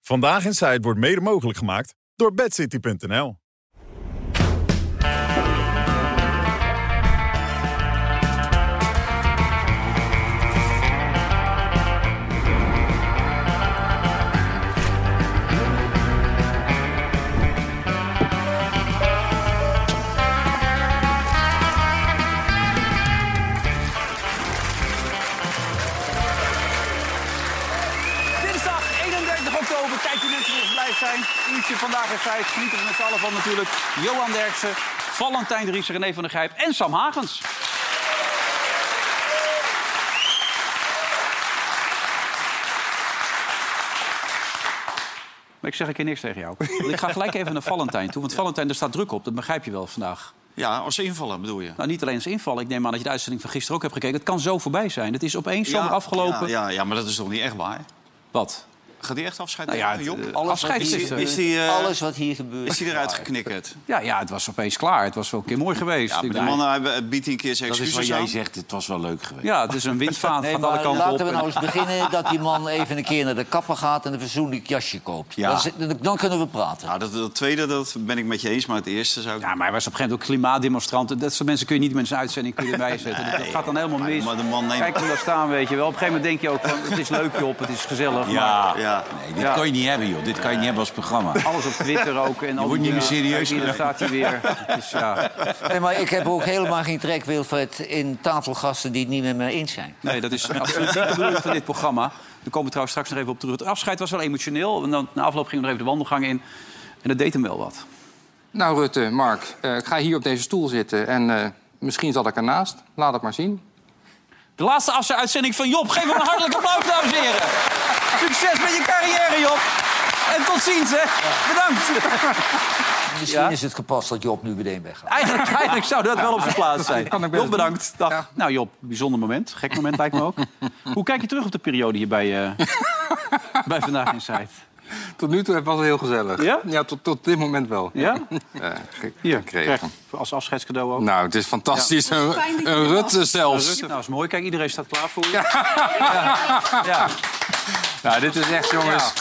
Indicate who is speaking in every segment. Speaker 1: Vandaag in Zuid wordt mede mogelijk gemaakt door bedcity.nl.
Speaker 2: Dinsdag 31 oktober. Kijk de mensen die nog blij zijn. Uurtje vandaag in feit. Genieten we met z'n allen van natuurlijk. Johan Derksen, Valentijn Dries, René van der Grijp en Sam Hagens. Maar ik zeg een keer niks tegen jou. Ik ga gelijk even naar Valentijn toe. Want Valentijn, er staat druk op. Dat begrijp je wel vandaag.
Speaker 3: Ja, als ze invallen bedoel je.
Speaker 2: Nou, niet alleen als inval. Ik neem aan dat je de uitzending van gisteren ook hebt gekeken. Het kan zo voorbij zijn. Het is opeens
Speaker 3: Ja,
Speaker 2: zomaar afgelopen.
Speaker 3: Ja, ja, ja, maar dat is toch niet echt waar?
Speaker 2: Wat?
Speaker 3: Gaat die echt afscheid
Speaker 2: Nou ja,
Speaker 3: nemen,
Speaker 2: het,
Speaker 3: Job?
Speaker 2: eh, afscheid
Speaker 3: is,
Speaker 2: is,
Speaker 3: is,
Speaker 2: eh,
Speaker 3: is die, eh,
Speaker 4: Alles wat hier gebeurt.
Speaker 3: is die eruit geknikkerd?
Speaker 2: Ja, ja, het was opeens klaar. Het was wel een keer mooi geweest. Ik
Speaker 3: Ja, maar die
Speaker 2: bedoel-
Speaker 3: mannen hebben, biedt een keer zijn
Speaker 5: Dat is wat
Speaker 3: excuses
Speaker 5: jij
Speaker 3: aan.
Speaker 5: zegt, het was wel leuk geweest.
Speaker 2: Ja, het is een windvaart.
Speaker 4: Nee,
Speaker 2: van alle
Speaker 4: maar
Speaker 2: kanten op.
Speaker 4: laten we
Speaker 2: en-
Speaker 4: nou eens beginnen dat die man even een keer naar de kapper gaat en een verzoenlijk jasje koopt.
Speaker 3: Ja.
Speaker 4: Dan, zit- dan kunnen we praten.
Speaker 3: Nou, dat, dat tweede dat ben ik met je eens, maar het eerste zou ik...
Speaker 2: Ja, maar hij was op een gegeven moment ook klimaatdemonstrant. Dat soort mensen kun je niet met zijn uitzending kun je erbij zetten. Dat- dat gaat dan helemaal mis.
Speaker 3: maar de man neemt-
Speaker 2: Kijk hoe dat staan, weet je wel. Op een gegeven moment denk je ook van, het is leuk, Job, het is gezellig.
Speaker 3: Ja,
Speaker 5: Ja.
Speaker 3: ja.
Speaker 5: Nee, dit
Speaker 2: Ja.
Speaker 5: kan je niet hebben, joh. Dit kan je niet hebben als programma.
Speaker 2: maar alles op Twitter ook. En al
Speaker 5: wordt
Speaker 2: die,
Speaker 5: niet meer
Speaker 2: eh,
Speaker 5: serieus
Speaker 2: Hier daar staat hij weer. Dus ja.
Speaker 4: Nee, maar ik heb ook helemaal geen trek, Wilfred, in tafelgasten die het niet met me eens zijn.
Speaker 2: Nee, dat is absoluut niet de bedoeling van dit programma. Daar komen we trouwens straks nog even op terug. Het afscheid was wel emotioneel. En dan, na afloop gingen we nog even de wandelgang in. En dat deed hem wel wat.
Speaker 6: Nou, Rutte, Mark, eh, ik ga hier op deze stoel zitten en eh, misschien zat ik ernaast. Laat het maar zien.
Speaker 2: De laatste afzending van Job. Geef hem een hartelijk applaus, dames en heren. Succes met je carrière, Job. En tot ziens, hè. Bedankt.
Speaker 4: Misschien
Speaker 2: Ja?
Speaker 4: is het gepast dat Job nu meteen weggaat.
Speaker 2: Eigenlijk, eigenlijk zou dat wel op zijn plaats zijn.
Speaker 6: Kan ik best
Speaker 2: Job, bedankt. Dag. Nou, Job, bijzonder moment. Gek moment lijkt me ook. Hoe kijk je terug op de periode hier bij, eh, bij Vandaag Inside?
Speaker 6: Tot nu toe was het heel gezellig.
Speaker 2: Ja?
Speaker 6: tot, tot dit moment wel.
Speaker 2: Ja?
Speaker 6: Eh, ge-
Speaker 2: Hier,
Speaker 6: gekregen.
Speaker 2: krijg. Als afscheidscadeau ook.
Speaker 6: Nou, het is fantastisch.
Speaker 7: fijn dat
Speaker 6: Een,
Speaker 7: je
Speaker 6: een
Speaker 7: er
Speaker 6: Rutte zelfs.
Speaker 2: Rutte, nou is mooi. Kijk, iedereen staat klaar voor je.
Speaker 6: Nou, dit is echt, jongens...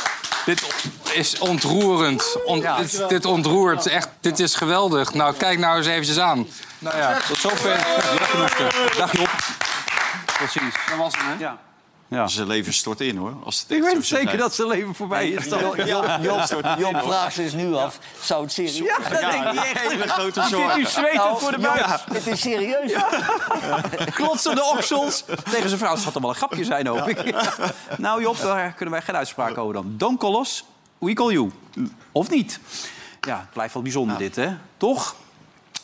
Speaker 6: Dit is ontroerend. On- dit, dit ontroert. Echt, dit is geweldig. Nou, kijk nou eens eventjes aan. Nou ja,
Speaker 2: Tot zover. Job Knoester. Dag, Job. Tot ziens.
Speaker 6: dat was het, hè?
Speaker 2: Ja.
Speaker 3: Zijn leven stort in, hoor. Als het
Speaker 2: Ik
Speaker 3: echt zo
Speaker 2: weet
Speaker 3: zou
Speaker 2: zeker
Speaker 3: zijn.
Speaker 2: dat zijn leven voorbij is. Dan. Ja,
Speaker 4: Job, Job vraagt zich nu af, zou het serieus Nou,
Speaker 2: dat denk ik echt.
Speaker 3: Hele grote
Speaker 2: Ik zit
Speaker 3: zorg.
Speaker 2: nu zwetend voor de
Speaker 4: Job,
Speaker 2: buis.
Speaker 4: het is serieus.
Speaker 2: klotsende oksels tegen zijn vrouw. Het gaat toch wel een grapje zijn, hoop ik. Nou Job, daar kunnen wij geen uitspraak over dan. Don't call us, we call you. Of niet. Ja, het blijft wel bijzonder dit, hè? Toch?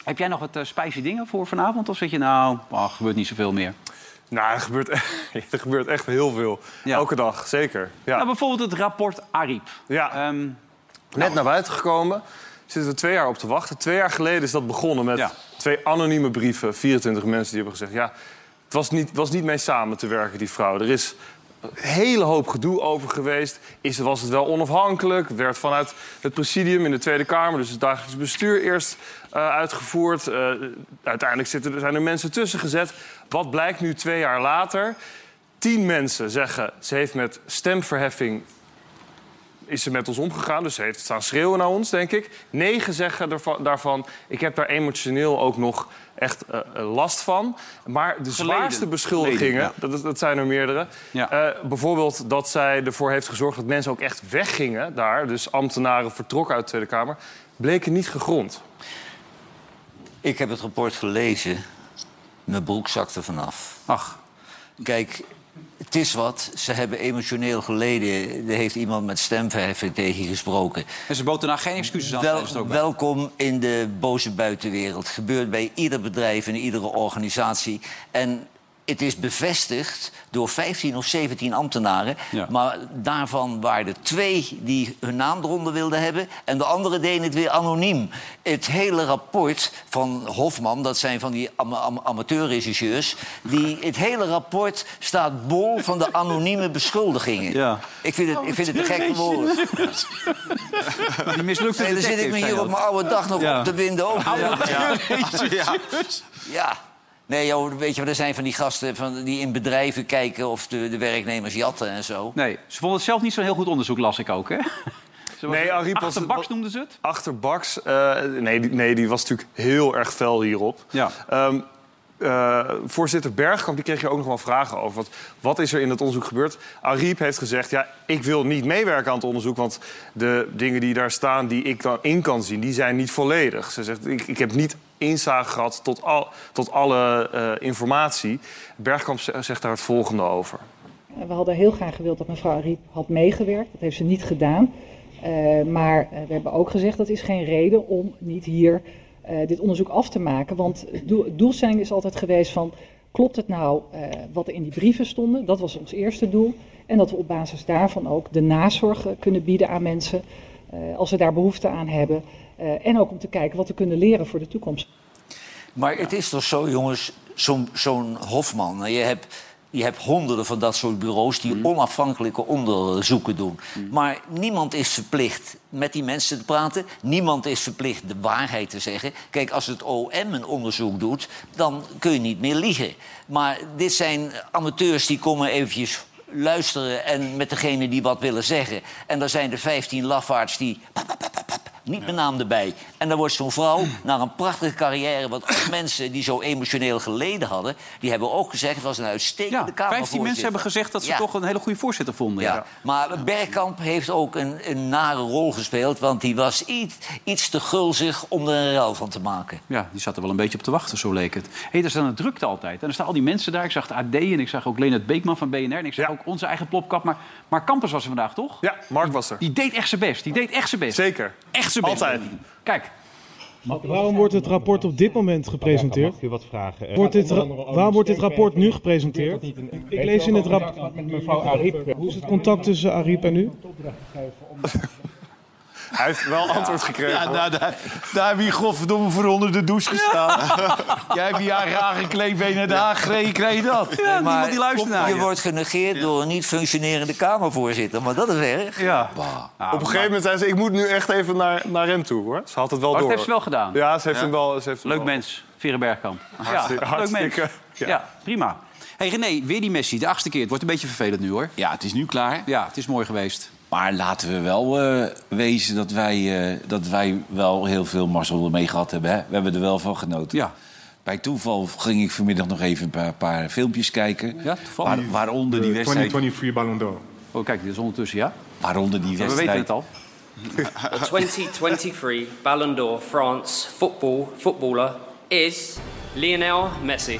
Speaker 2: Heb jij nog wat eh, spicy dingen voor vanavond? Of zit je nou, ach, gebeurt niet zoveel meer?
Speaker 8: Nou, er gebeurt, er gebeurt echt heel veel.
Speaker 2: Ja.
Speaker 8: Elke dag, zeker. Ja.
Speaker 2: Nou, bijvoorbeeld het rapport Ariep.
Speaker 8: ja.
Speaker 2: Ehm,
Speaker 8: Net naar buiten gekomen. Zitten we twee jaar op te wachten. Twee jaar geleden is dat begonnen met
Speaker 2: Ja.
Speaker 8: twee anonieme brieven. 24 mensen die hebben gezegd... ja, het was niet, was niet mee samen te werken, die vrouw. Er is een hele hoop gedoe over geweest. Is, was het wel onafhankelijk? Werd vanuit het presidium in de Tweede Kamer... dus het dagelijks bestuur eerst eh, uitgevoerd. Eh, uiteindelijk zitten, er- zijn er mensen tussen gezet. Wat blijkt nu twee jaar later? Tien mensen zeggen... ze heeft met stemverheffing is ze met ons omgegaan. Dus ze heeft staan schreeuwen naar ons, denk ik. Negen zeggen ervan- daarvan, ik heb daar emotioneel ook nog echt eh, eh, last van. Maar de zwaarste beschuldigingen,
Speaker 2: Geleden,
Speaker 8: dat, dat zijn er meerdere...
Speaker 2: Ja.
Speaker 8: eh, bijvoorbeeld dat zij ervoor heeft gezorgd dat mensen ook echt weggingen daar. Dus ambtenaren vertrokken uit de Tweede Kamer. Bleken niet gegrond.
Speaker 4: Ik heb het rapport gelezen. Mijn broek zakte vanaf.
Speaker 2: ach,
Speaker 4: Kijk, het is wat. Ze hebben emotioneel geleden. Er heeft iemand met stemverheffing tegengesproken.
Speaker 2: en ze bood daarna geen excuses aan.
Speaker 4: Wel-
Speaker 2: zei ze er ook bij.
Speaker 4: welkom in de boze buitenwereld. Gebeurt bij ieder bedrijf en iedere organisatie. En het is bevestigd door 15 of 17 ambtenaren.
Speaker 2: Ja.
Speaker 4: Maar daarvan waren er twee die hun naam eronder wilden hebben. En de anderen deden het weer anoniem. Het hele rapport van Hofman, dat zijn van die am- am- amateurregisseurs. Die, het hele rapport staat bol van de anonieme beschuldigingen.
Speaker 2: Ja.
Speaker 4: Ik vind het, ik vind het te gek voor woorden.
Speaker 2: Die mislukte
Speaker 4: Nee, dan zit ik me hier op mijn oude dag nog
Speaker 2: Ja.
Speaker 4: op te winden. Ook. Ja.
Speaker 2: Ja.
Speaker 4: ja, Nee, joh, weet je, maar er zijn van die gasten van, die in bedrijven kijken of de, de werknemers jatten en zo.
Speaker 2: Nee, ze vonden het zelf niet zo'n heel goed onderzoek, las ik ook. Hè? Ze was-
Speaker 8: Nee, Ariep was-
Speaker 2: Achterbaks noemden ze het.
Speaker 8: Achterbaks, eh, nee, die, nee, die was natuurlijk heel erg fel hierop.
Speaker 2: Ja.
Speaker 8: Ehm, eh, voorzitter Bergkamp, die kreeg je ook nog wel vragen over. Want wat is er in dat onderzoek gebeurd? Ariep heeft gezegd, ja, ik wil niet meewerken aan het onderzoek... want de dingen die daar staan, die ik dan in kan zien, die zijn niet volledig. Ze zegt, ik, ik heb niet inzage gehad tot, al, tot alle eh, informatie. Bergkamp z- zegt daar het volgende over.
Speaker 7: We hadden heel graag gewild dat mevrouw Ariep had meegewerkt. Dat heeft ze niet gedaan. Eh, maar eh, we hebben ook gezegd dat is geen reden om niet hier eh, dit onderzoek af te maken. Want doel, doelstelling is altijd geweest van klopt het nou eh, wat er in die brieven stonden? Dat was ons eerste doel. En dat we op basis daarvan ook de nazorg eh, kunnen bieden aan mensen eh, als ze daar behoefte aan hebben. Eh, en ook om te kijken wat we kunnen leren voor de toekomst.
Speaker 4: Maar het is toch zo, jongens, zo'n zo'n Hofman. nou, Je hebt, je hebt honderden van dat soort bureaus die onafhankelijke onderzoeken doen. Maar niemand is verplicht met die mensen te praten. Niemand is verplicht de waarheid te zeggen. Kijk, als het OM een onderzoek doet, dan kun je niet meer liegen. Maar dit zijn amateurs die komen eventjes luisteren... en met degene die wat willen zeggen. En dan zijn er 15 lafaards die niet mijn naam erbij. En dan wordt zo'n vrouw naar een prachtige carrière... want ook mensen die zo emotioneel geleden hadden... die hebben ook gezegd, het was een uitstekende
Speaker 2: Ja,
Speaker 4: ja,
Speaker 2: 15 mensen hebben gezegd dat ze toch een hele goede voorzitter vonden.
Speaker 4: Ja.
Speaker 2: Ja.
Speaker 4: Maar Bergkamp heeft ook een, een nare rol gespeeld... want die was iets, iets te gulzig om er een ruil van te maken.
Speaker 2: Ja, die zat er wel een beetje op te wachten, zo leek het. Hé, hey, er staan een drukte altijd. En er staan al die mensen daar. Ik zag het AD en ik zag ook Leonard Beekman van BNR. En ik zag
Speaker 8: Ja.
Speaker 2: ook onze eigen plopkap. Maar, maar Kampers was er vandaag, toch?
Speaker 8: Ja, Mark was er.
Speaker 2: Die deed echt zijn best. Die deed echt zijn best.
Speaker 8: Zeker.
Speaker 2: Echt zijn best.
Speaker 8: Altijd.
Speaker 2: Kijk,
Speaker 9: Waarom wordt het rapport op dit moment gepresenteerd? Wordt dit ra- waarom wordt dit rapport nu gepresenteerd? Ik lees in het rapport. Hoe is het contact tussen Ariep en u?
Speaker 8: Hij heeft wel antwoord gekregen.
Speaker 10: Ja, nou, daar, daar heb je godverdomme voor onder de douche gestaan. Jij hebt je haar raar gekleed, ben je naar de Haag gereden, kreeg je dat.
Speaker 2: ja,
Speaker 4: Maar
Speaker 2: niemand die luistert naar
Speaker 4: je
Speaker 2: je.
Speaker 4: wordt genegeerd door een niet functionerende Kamervoorzitter. Maar dat is erg.
Speaker 2: Ja.
Speaker 8: Op een gegeven moment zei ze, ik moet nu echt even naar, naar hem toe, hoor. Ze had het wel
Speaker 2: Maar Oh, dat
Speaker 8: door.
Speaker 2: heeft ze wel gedaan.
Speaker 8: Ja, ze heeft hem wel... Ze heeft hem
Speaker 2: Leuk
Speaker 8: wel-
Speaker 2: mens, Vere Bergkamp.
Speaker 8: Hartstikke-
Speaker 2: ja, leuk mens.
Speaker 8: hartstikke,
Speaker 2: Ja,
Speaker 8: ja.
Speaker 2: prima. hey René, weer die Messi, de achtste keer. Het wordt een beetje vervelend nu, hoor.
Speaker 5: Ja, het is nu klaar.
Speaker 2: Ja, het is mooi geweest.
Speaker 5: Maar laten we wel eh, wezen dat wij, eh, dat wij wel heel veel mazzel ermee gehad hebben. Hè? We hebben er wel van genoten.
Speaker 2: Ja.
Speaker 5: Bij toeval ging ik vanmiddag nog even een paar, paar filmpjes kijken.
Speaker 2: Ja, toevallig. Eh,
Speaker 5: Waar- waaronder die wedstrijd.
Speaker 10: Ballon d'Or.
Speaker 2: Oh, kijk, dit is ondertussen, ja.
Speaker 5: Waaronder die
Speaker 2: We
Speaker 5: wedstrijd.
Speaker 2: weten het al.
Speaker 11: 2023 Ballon d'Or France football footballer is Lionel Messi.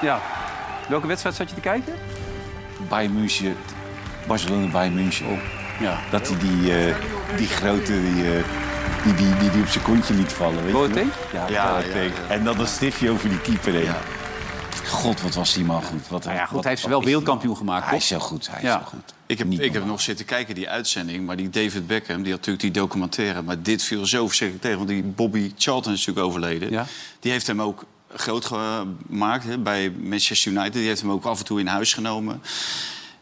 Speaker 2: Ja. Welke wedstrijd zat je te kijken?
Speaker 5: Nou Bayern München, Barcelona Bayern München.
Speaker 2: Ja.
Speaker 5: Dat hij die, eh, die grote die, eh, die, die, die, die op zijn kontje liet vallen. Weet je
Speaker 2: Boateng?
Speaker 5: nog? Ja,
Speaker 3: Ja,
Speaker 5: Boateng.
Speaker 3: ja,
Speaker 5: En dan een stiftje over die keeper heen. God, wat was die man goed. Wat,
Speaker 2: Nou ja, goed,
Speaker 5: wat-
Speaker 2: hij heeft ze wel
Speaker 5: wat is die
Speaker 2: wereldkampioen
Speaker 5: man.
Speaker 2: gemaakt,
Speaker 5: Hij
Speaker 2: toch?
Speaker 5: is zo goed, hij
Speaker 2: Ja.
Speaker 5: is zo goed.
Speaker 3: Ik heb,
Speaker 5: Niet
Speaker 3: ik heb
Speaker 5: normaal.
Speaker 3: nog zitten kijken die uitzending, maar die David Beckham, die had natuurlijk die documentaire. Maar dit viel zo verschrikkelijk tegen, want die Bobby Charlton is natuurlijk overleden.
Speaker 2: Ja.
Speaker 3: Die heeft hem ook groot gemaakt hè, bij Manchester United. Die heeft hem ook af en toe in huis genomen.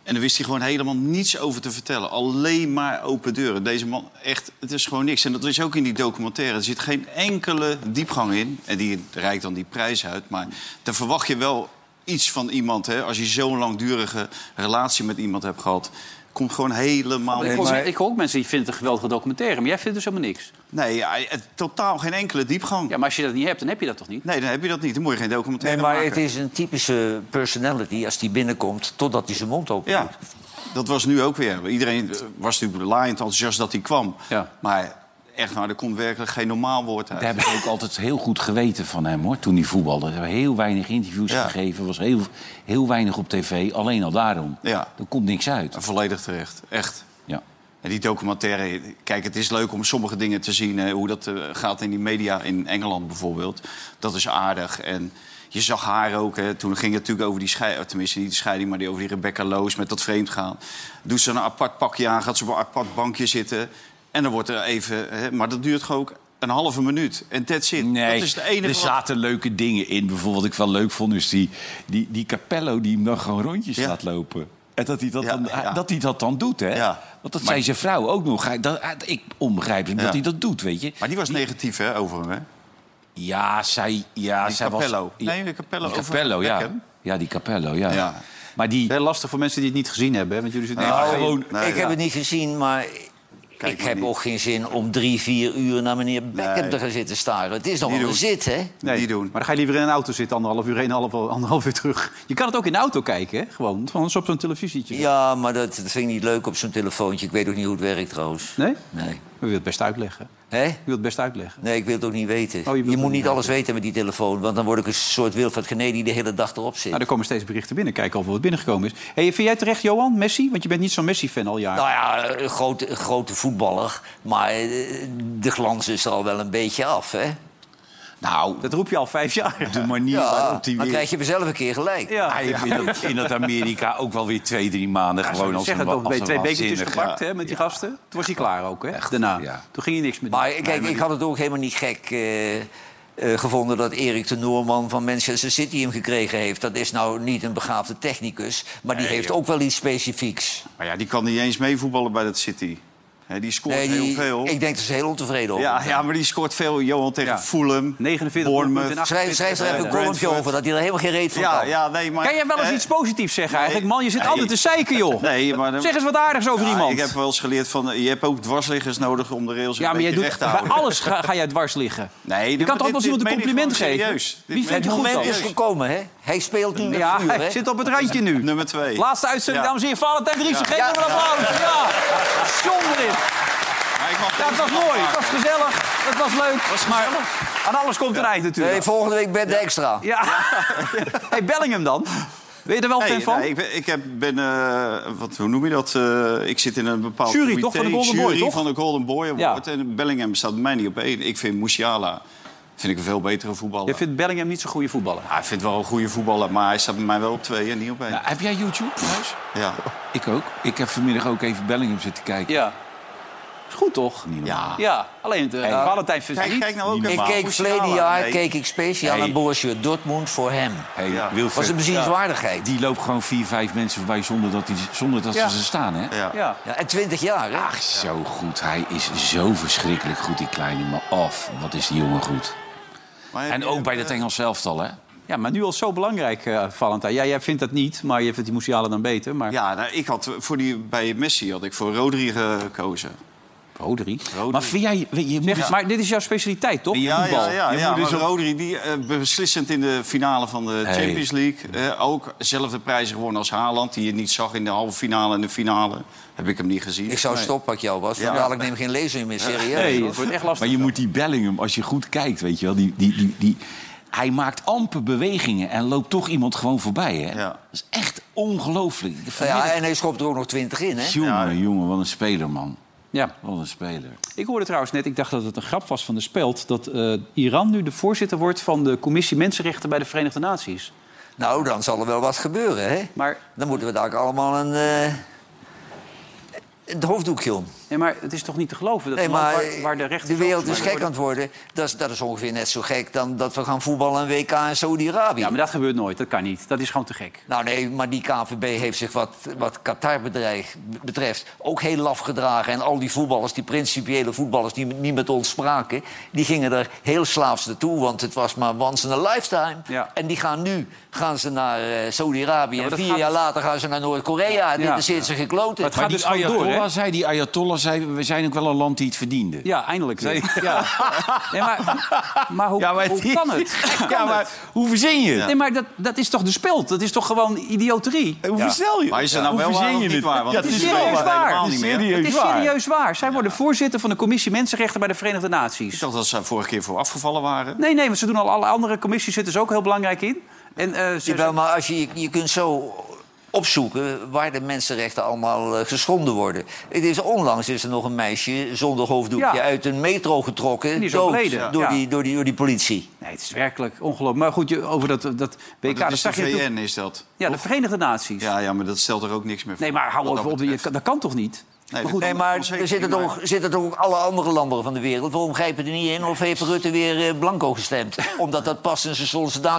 Speaker 3: En daar wist hij gewoon helemaal niets over te vertellen. Alleen maar open deuren. Deze man, echt, het is gewoon niks. En dat is ook in die documentaire. Er zit geen enkele diepgang in. En die reikt dan die prijs uit. Maar daar verwacht je wel iets van iemand. Hè? Als je zo'n langdurige relatie met iemand hebt gehad... komt gewoon helemaal...
Speaker 2: ik, hoor, ik hoor ook mensen die vinden het een geweldige documentaire, maar jij vindt dus helemaal niks.
Speaker 3: Nee, ja, het- totaal geen enkele diepgang.
Speaker 2: Ja, maar als je dat niet hebt, dan heb je dat toch niet?
Speaker 3: Nee, dan heb je dat niet. Dan moet je geen
Speaker 4: Nee,
Speaker 3: documentaire
Speaker 4: maar
Speaker 3: maken.
Speaker 4: het is een typische personality als die binnenkomt... totdat hij zijn mond open
Speaker 3: Ja, dat was nu ook weer. Iedereen eh, was natuurlijk laaiend enthousiast dat hij kwam.
Speaker 2: Ja.
Speaker 3: Maar echt waar, er komt werkelijk geen normaal woord uit.
Speaker 5: Daar hebben ze ook altijd heel goed geweten van hem, hoor. Toen hij voetbalde. Ze hebben heel weinig interviews
Speaker 3: Ja.
Speaker 5: gegeven. was heel, heel weinig op tv. Alleen al daarom.
Speaker 3: Ja.
Speaker 5: Er komt niks uit.
Speaker 3: Volledig terecht, echt.
Speaker 5: Ja.
Speaker 3: En die documentaire, kijk, het is leuk om sommige dingen te zien... hè, hoe dat eh, gaat in die media in Engeland bijvoorbeeld. Dat is aardig. En je zag haar ook, hè, toen ging het natuurlijk over die scheiding... tenminste niet de scheiding, maar die over die Rebecca Loos met dat vreemdgaan. Doet ze een apart pakje aan, gaat ze op een apart bankje zitten... en dan wordt er even... Hè, maar dat duurt gewoon ook een halve minuut. En that's it.
Speaker 5: Nee,
Speaker 3: dat is het enige
Speaker 5: er
Speaker 3: wat-
Speaker 5: zaten leuke dingen in. Bijvoorbeeld, wat ik wel leuk vond, is die, die, die Capello die hem dan gewoon rondjes
Speaker 3: Ja.
Speaker 5: laat lopen. En dat hij dat,
Speaker 3: Ja,
Speaker 5: dan,
Speaker 3: ja.
Speaker 5: dat, hij dat dan doet, hè?
Speaker 3: Ja.
Speaker 5: Want dat
Speaker 3: Maar-
Speaker 5: zei zijn vrouw ook nog. Hij, dat, ik onbegrijp het,
Speaker 3: Ja.
Speaker 5: dat hij dat doet, weet je.
Speaker 3: Maar die was negatief, hè, over hem, hè?
Speaker 5: Ja, zij, ja,
Speaker 3: Die
Speaker 5: zij
Speaker 3: Capello.
Speaker 5: was...
Speaker 3: Nee, de Capello
Speaker 5: Die
Speaker 3: over
Speaker 5: Capello, ja.
Speaker 3: Beckham.
Speaker 5: Ja, die Capello, ja.
Speaker 3: Ja.
Speaker 5: Maar die...
Speaker 2: Heel lastig voor mensen die het niet gezien hebben. hè, Want jullie zitten
Speaker 4: Nou,
Speaker 2: echt gewoon...
Speaker 4: ik heb het niet gezien, maar ik heb ook geen zin om drie, vier uur naar meneer Beckham
Speaker 3: Nee.
Speaker 4: te gaan zitten staren. Het is nog
Speaker 3: Niet
Speaker 4: wel een
Speaker 3: doen.
Speaker 4: zit, hè?
Speaker 2: Nee,
Speaker 3: Die doen.
Speaker 2: Maar dan ga je liever in een auto zitten, anderhalf uur heen, half- anderhalf uur terug. Je kan het ook in de auto kijken, hè? gewoon. Gewoon zo op zo'n televisietje.
Speaker 4: Ja, maar dat, dat vind ik niet leuk op zo'n telefoontje. Ik weet ook niet hoe het werkt trouwens.
Speaker 2: Nee?
Speaker 4: Nee.
Speaker 2: Maar je wil het best uitleggen.
Speaker 4: Hè?
Speaker 2: Je wil het best uitleggen.
Speaker 4: Nee, ik wil het ook niet weten.
Speaker 2: wilt
Speaker 4: je
Speaker 2: het
Speaker 4: moet
Speaker 2: niet
Speaker 4: niet alles weten met die telefoon, want dan word ik een soort Wilfred Gené die de hele dag erop zit.
Speaker 2: Nou, er komen steeds berichten binnen. Kijken of er wat binnengekomen is. Hey, vind jij terecht, Johan, Messi? Want je bent niet zo'n Messi-fan al jaren.
Speaker 4: Nou ja, een grote, een grote voetballer, maar eh, de glans is er al wel een beetje af, hè?
Speaker 5: Nou,
Speaker 2: Dat roep je al vijf jaar.
Speaker 5: de manier
Speaker 4: Ja,
Speaker 5: waarop die
Speaker 4: Ah, dan
Speaker 5: weer...
Speaker 4: krijg je mezelf een keer gelijk.
Speaker 2: Ja.
Speaker 3: Ah,
Speaker 5: Hij heeft in dat, in dat Amerika ook wel weer twee, drie maanden
Speaker 2: Ja,
Speaker 5: gewoon
Speaker 2: ze
Speaker 5: als een,
Speaker 2: zeggen
Speaker 5: wa-
Speaker 2: dat ook
Speaker 5: als
Speaker 2: bij
Speaker 5: een
Speaker 2: twee bekertjes
Speaker 5: waanzinnige-
Speaker 2: gepakt hè, met die gasten. Toen was hij klaar ook, hè? Daarna.
Speaker 5: ja.
Speaker 2: Toen ging hij niks meer doen.
Speaker 4: Maar Ah, kijk, ik had het ook helemaal niet gek eh, eh, gevonden dat Erik de Noorman van Manchester City hem gekregen heeft. Dat is nou niet een begaafde technicus, maar die heeft ook wel iets specifieks.
Speaker 3: Maar ja, die kan niet eens meevoetballen bij dat City. Hè, die scoort
Speaker 4: Nee, die-
Speaker 3: heel veel.
Speaker 4: Ik denk dat ze heel ontevreden over
Speaker 3: Ja,
Speaker 4: zijn.
Speaker 3: ja, maar die scoort veel, Johan, tegen
Speaker 2: Ja.
Speaker 3: Fulham,
Speaker 2: 49
Speaker 3: Bournemouth.
Speaker 2: doelpunten in acht-
Speaker 4: Schrijf, schrijf er even een
Speaker 3: Brentford.
Speaker 4: columnje over dat hij er helemaal geen reet van
Speaker 3: Ja,
Speaker 4: kan.
Speaker 3: ja, nee, maar...
Speaker 2: Kan jij wel eens
Speaker 3: hè?
Speaker 2: iets positiefs zeggen eigenlijk? Man, je zit
Speaker 3: Nee.
Speaker 2: altijd te zeiken, joh.
Speaker 3: Nee, maar... dan-
Speaker 2: Zeg eens wat aardigs over
Speaker 3: Ja,
Speaker 2: iemand.
Speaker 3: Ik heb wel eens geleerd van, eh, je hebt ook dwarsliggers nodig om de rails
Speaker 2: ja,
Speaker 3: een
Speaker 2: maar jij
Speaker 3: beetje
Speaker 2: doet,
Speaker 3: recht te
Speaker 2: bij
Speaker 3: houden.
Speaker 2: alles ga, ga jij dwars liggen.
Speaker 3: Nee,
Speaker 2: Je kan toch ook wel eens iemand een compliment geven?
Speaker 3: Serieus.
Speaker 2: Wie vindt je
Speaker 3: meen ik
Speaker 2: goed dan?
Speaker 3: gewoon
Speaker 4: Het is
Speaker 3: serieus.
Speaker 4: gekomen, hè? Hij speelt nu met
Speaker 2: Ja,
Speaker 4: vuur, hè?
Speaker 2: hij zit op het randje nu.
Speaker 3: Nummer twee.
Speaker 2: Laatste uitzending,
Speaker 3: Ja.
Speaker 2: dames en heren. Valentijn Driessen, geef
Speaker 4: Ja.
Speaker 2: hem een applaus. Ja, zonder dit.
Speaker 3: Maar ik mag
Speaker 2: Ja, het was
Speaker 3: deze
Speaker 2: mooi, het
Speaker 3: afmaken.
Speaker 2: was gezellig, het was leuk. maar aan alles komt een eind
Speaker 4: Nee,
Speaker 2: natuurlijk.
Speaker 4: volgende week Ben Dijkstra.
Speaker 2: Ja. hey, Bellingham dan? Ben je er wel fan
Speaker 3: Nee,
Speaker 2: van?
Speaker 3: nee, ik ben, ik heb, ben eh, wat, hoe noem je dat? Eh, ik zit in een bepaald
Speaker 2: Jury,
Speaker 3: comité,
Speaker 2: toch? Van de Golden Boy,
Speaker 3: jury
Speaker 2: toch?
Speaker 3: van de Golden Boy Award.
Speaker 2: Ja.
Speaker 3: En Bellingham staat bij mij niet op één. Ik vind Musiala vind ik een veel betere voetballer.
Speaker 2: Je vindt Bellingham niet zo'n goede voetballer.
Speaker 3: Ja, hij vindt wel een goede voetballer, maar hij staat bij mij wel op twee en niet op één.
Speaker 5: Nou, heb jij YouTube trouwens?
Speaker 3: Ja.
Speaker 5: Ik ook. Ik heb vanmiddag ook even Bellingham zitten kijken.
Speaker 2: Ja. Is goed toch?
Speaker 3: Ja.
Speaker 2: Ja, alleen de Valentijn vindt het eh,
Speaker 3: Kijk,
Speaker 2: Dus niet.
Speaker 3: kijk nou ook
Speaker 4: Ik
Speaker 3: even.
Speaker 4: keek
Speaker 3: Musiala,
Speaker 4: verleden jaar
Speaker 3: nee.
Speaker 4: keek ik speciaal
Speaker 5: Nee.
Speaker 4: naar Borussia Dortmund voor hem.
Speaker 5: Hey,
Speaker 3: Ja.
Speaker 5: Wilfred,
Speaker 4: was een bezienswaardigheid.
Speaker 5: die loopt gewoon vier, vijf mensen voorbij zonder dat, die, zonder dat
Speaker 2: Ja.
Speaker 5: ze ze staan, hè?
Speaker 3: Ja.
Speaker 2: Ja.
Speaker 4: Ja, en 20 jaar, hè?
Speaker 5: Ach, zo goed. Hij is zo verschrikkelijk goed, die kleine. Maar af, wat is die jongen goed.
Speaker 3: Maar heb
Speaker 5: En
Speaker 3: je-
Speaker 5: ook bij dat Engels elftal, hè?
Speaker 2: ja, maar nu al zo belangrijk, eh, Valentijn. Ja, jij vindt dat niet, maar je vindt die Musiala dan beter. Maar...
Speaker 3: Ja, nou, ik had voor die, bij Messi had ik voor Rodri gekozen.
Speaker 2: Rodri.
Speaker 5: Maar vind jij... Je moet
Speaker 2: Zeg,
Speaker 5: eens-
Speaker 2: Maar dit is jouw specialiteit, toch?
Speaker 3: Ja,
Speaker 2: Voetbal.
Speaker 3: ja, ja.
Speaker 2: Je
Speaker 3: ja
Speaker 2: moet
Speaker 3: maar
Speaker 2: dus ook-
Speaker 3: Rodri, die eh, beslissend in de finale van de Champions League. eh, ook zelf de prijzen gewonnen als Haaland, die je niet zag in de halve finale en de finale. Heb ik hem niet gezien.
Speaker 4: Ik zou stoppen als ik jou was. want
Speaker 3: Ja.
Speaker 4: Dadelijk neem ik geen lezing meer serieus.
Speaker 2: Nee, het wordt echt lastig.
Speaker 5: Maar je moet die Bellingham, als je goed kijkt, weet je wel, die, die, die, die, hij maakt amper bewegingen en loopt toch iemand gewoon voorbij. Hè?
Speaker 3: Ja.
Speaker 5: Dat is echt ongelooflijk.
Speaker 4: Ja, en hij schopt er ook nog 20 in, hè?
Speaker 5: Jongen, jongen, wat een speler, man.
Speaker 2: Ja.
Speaker 5: Wat een speler.
Speaker 2: Ik hoorde trouwens net, ik dacht dat het een grap was van de speld... dat eh, Iran nu de voorzitter wordt van de Commissie Mensenrechten bij de Verenigde Naties.
Speaker 4: Nou, dan zal er wel wat gebeuren, hè?
Speaker 2: Maar,
Speaker 4: Dan moeten we daar allemaal een... eh, het hoofddoekje om.
Speaker 2: nee, maar het is toch niet te geloven dat
Speaker 4: Nee,
Speaker 2: een land
Speaker 4: maar eh,
Speaker 2: waar, waar de rechten...
Speaker 4: de wereld
Speaker 2: zo-
Speaker 4: is gek aan het worden. Dat is, dat is ongeveer net zo gek dan dat we gaan voetballen een WK in Saudi-Arabië.
Speaker 2: Ja, maar dat gebeurt nooit. Dat kan niet. Dat is gewoon te gek.
Speaker 4: Nou nee, maar die KVB heeft zich wat, wat Qatar bedreig- betreft ook heel laf gedragen. En al die voetballers, die principiële voetballers die niet met ons spraken... die gingen er heel slaafs naartoe, want het was maar once in a lifetime.
Speaker 2: Ja.
Speaker 4: En die gaan nu gaan ze naar eh, Saudi-Arabië. en
Speaker 2: dat
Speaker 4: vier
Speaker 2: gaat
Speaker 4: jaar
Speaker 2: dus-
Speaker 4: later gaan ze naar Noord-Korea. En
Speaker 2: Ja.
Speaker 4: dit zit ze gekloten.
Speaker 2: Maar het
Speaker 5: Maar
Speaker 2: gaat
Speaker 5: die
Speaker 2: dus gewoon door,
Speaker 5: Ayatollah
Speaker 2: hè?
Speaker 5: zei, die Ayatollah zei, we zijn ook wel een land die het verdiende.
Speaker 2: Ja, eindelijk. weer. Ja. Nee, maar, maar hoe, hoe kan het? Hoe kan het?
Speaker 5: hoe verzin je?
Speaker 2: Nee, maar dat, dat is toch de speld? Dat is toch gewoon idioterie?
Speaker 10: Hoe versnel je?
Speaker 3: Maar is het nou
Speaker 10: Hoe
Speaker 3: wel
Speaker 10: verzin
Speaker 3: waar of
Speaker 10: je
Speaker 3: niet
Speaker 10: dit?
Speaker 3: waar? Want
Speaker 10: Ja,
Speaker 3: het
Speaker 10: het is
Speaker 2: is
Speaker 10: wel
Speaker 2: serieus
Speaker 10: waar.
Speaker 2: waar.
Speaker 10: Het is serieus
Speaker 2: Het is
Speaker 10: waar.
Speaker 2: serieus waar. Zij worden voorzitter van de Commissie Mensenrechten bij de Verenigde
Speaker 3: Ik
Speaker 2: Naties.
Speaker 3: dacht dat ze daar vorige keer voor afgevallen waren.
Speaker 2: Nee, nee, want ze doen al alle andere commissies zitten ze ook heel belangrijk in. En, eh, ze-
Speaker 4: Jawel, maar als je, je- je kunt zo opzoeken waar de mensenrechten allemaal eh, geschonden worden. Het is, onlangs is er nog een meisje zonder hoofddoekje
Speaker 2: Ja.
Speaker 4: uit een metro getrokken.
Speaker 2: Die is
Speaker 4: dood
Speaker 2: overleden,
Speaker 4: Door,
Speaker 2: ja.
Speaker 4: die, door, die, door die politie.
Speaker 2: nee, het is werkelijk ongelooflijk. Maar goed, je- over dat, dat WK,
Speaker 3: Dat
Speaker 2: daar
Speaker 3: is de
Speaker 2: zag je natuurlijk-
Speaker 3: VN, is dat?
Speaker 2: Ja, de Verenigde Naties.
Speaker 3: Ja, ja, maar dat stelt er ook niks meer voor.
Speaker 2: Nee, maar hou
Speaker 3: Wat
Speaker 2: even
Speaker 3: dat
Speaker 2: op. je-
Speaker 3: betreft.
Speaker 2: Dat kan toch niet?
Speaker 4: maar goed, nee, maar er zitten toch, zitten toch ook alle andere landen van de wereld. Waarom grijpen die niet in? Of heeft Rutte weer eh, blanco gestemd? Omdat dat past in zijn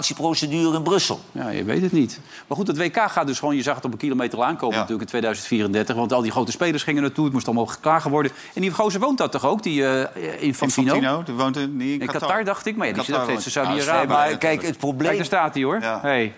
Speaker 4: sollicitatieprocedure in Brussel.
Speaker 2: Ja, je weet het niet. Maar goed, het WK gaat dus gewoon... Je zag het op een kilometer al aankomen natuurlijk in 2034. Want al die grote spelers gingen naartoe. Het moest allemaal geklagen worden. En die gozer woont dat toch ook, die eh Infantino?
Speaker 3: Infantino, die woont in, die in
Speaker 2: In
Speaker 3: Qatar.
Speaker 2: Qatar, dacht ik. Maar ja, die zit
Speaker 3: Qatar
Speaker 2: nog steeds in
Speaker 3: woont.
Speaker 2: Saudi-Arabië.
Speaker 3: Nou,
Speaker 4: Maar kijk, het probleem...
Speaker 2: Kijk, daar staat hij hoor.
Speaker 4: Ja.
Speaker 2: Hey.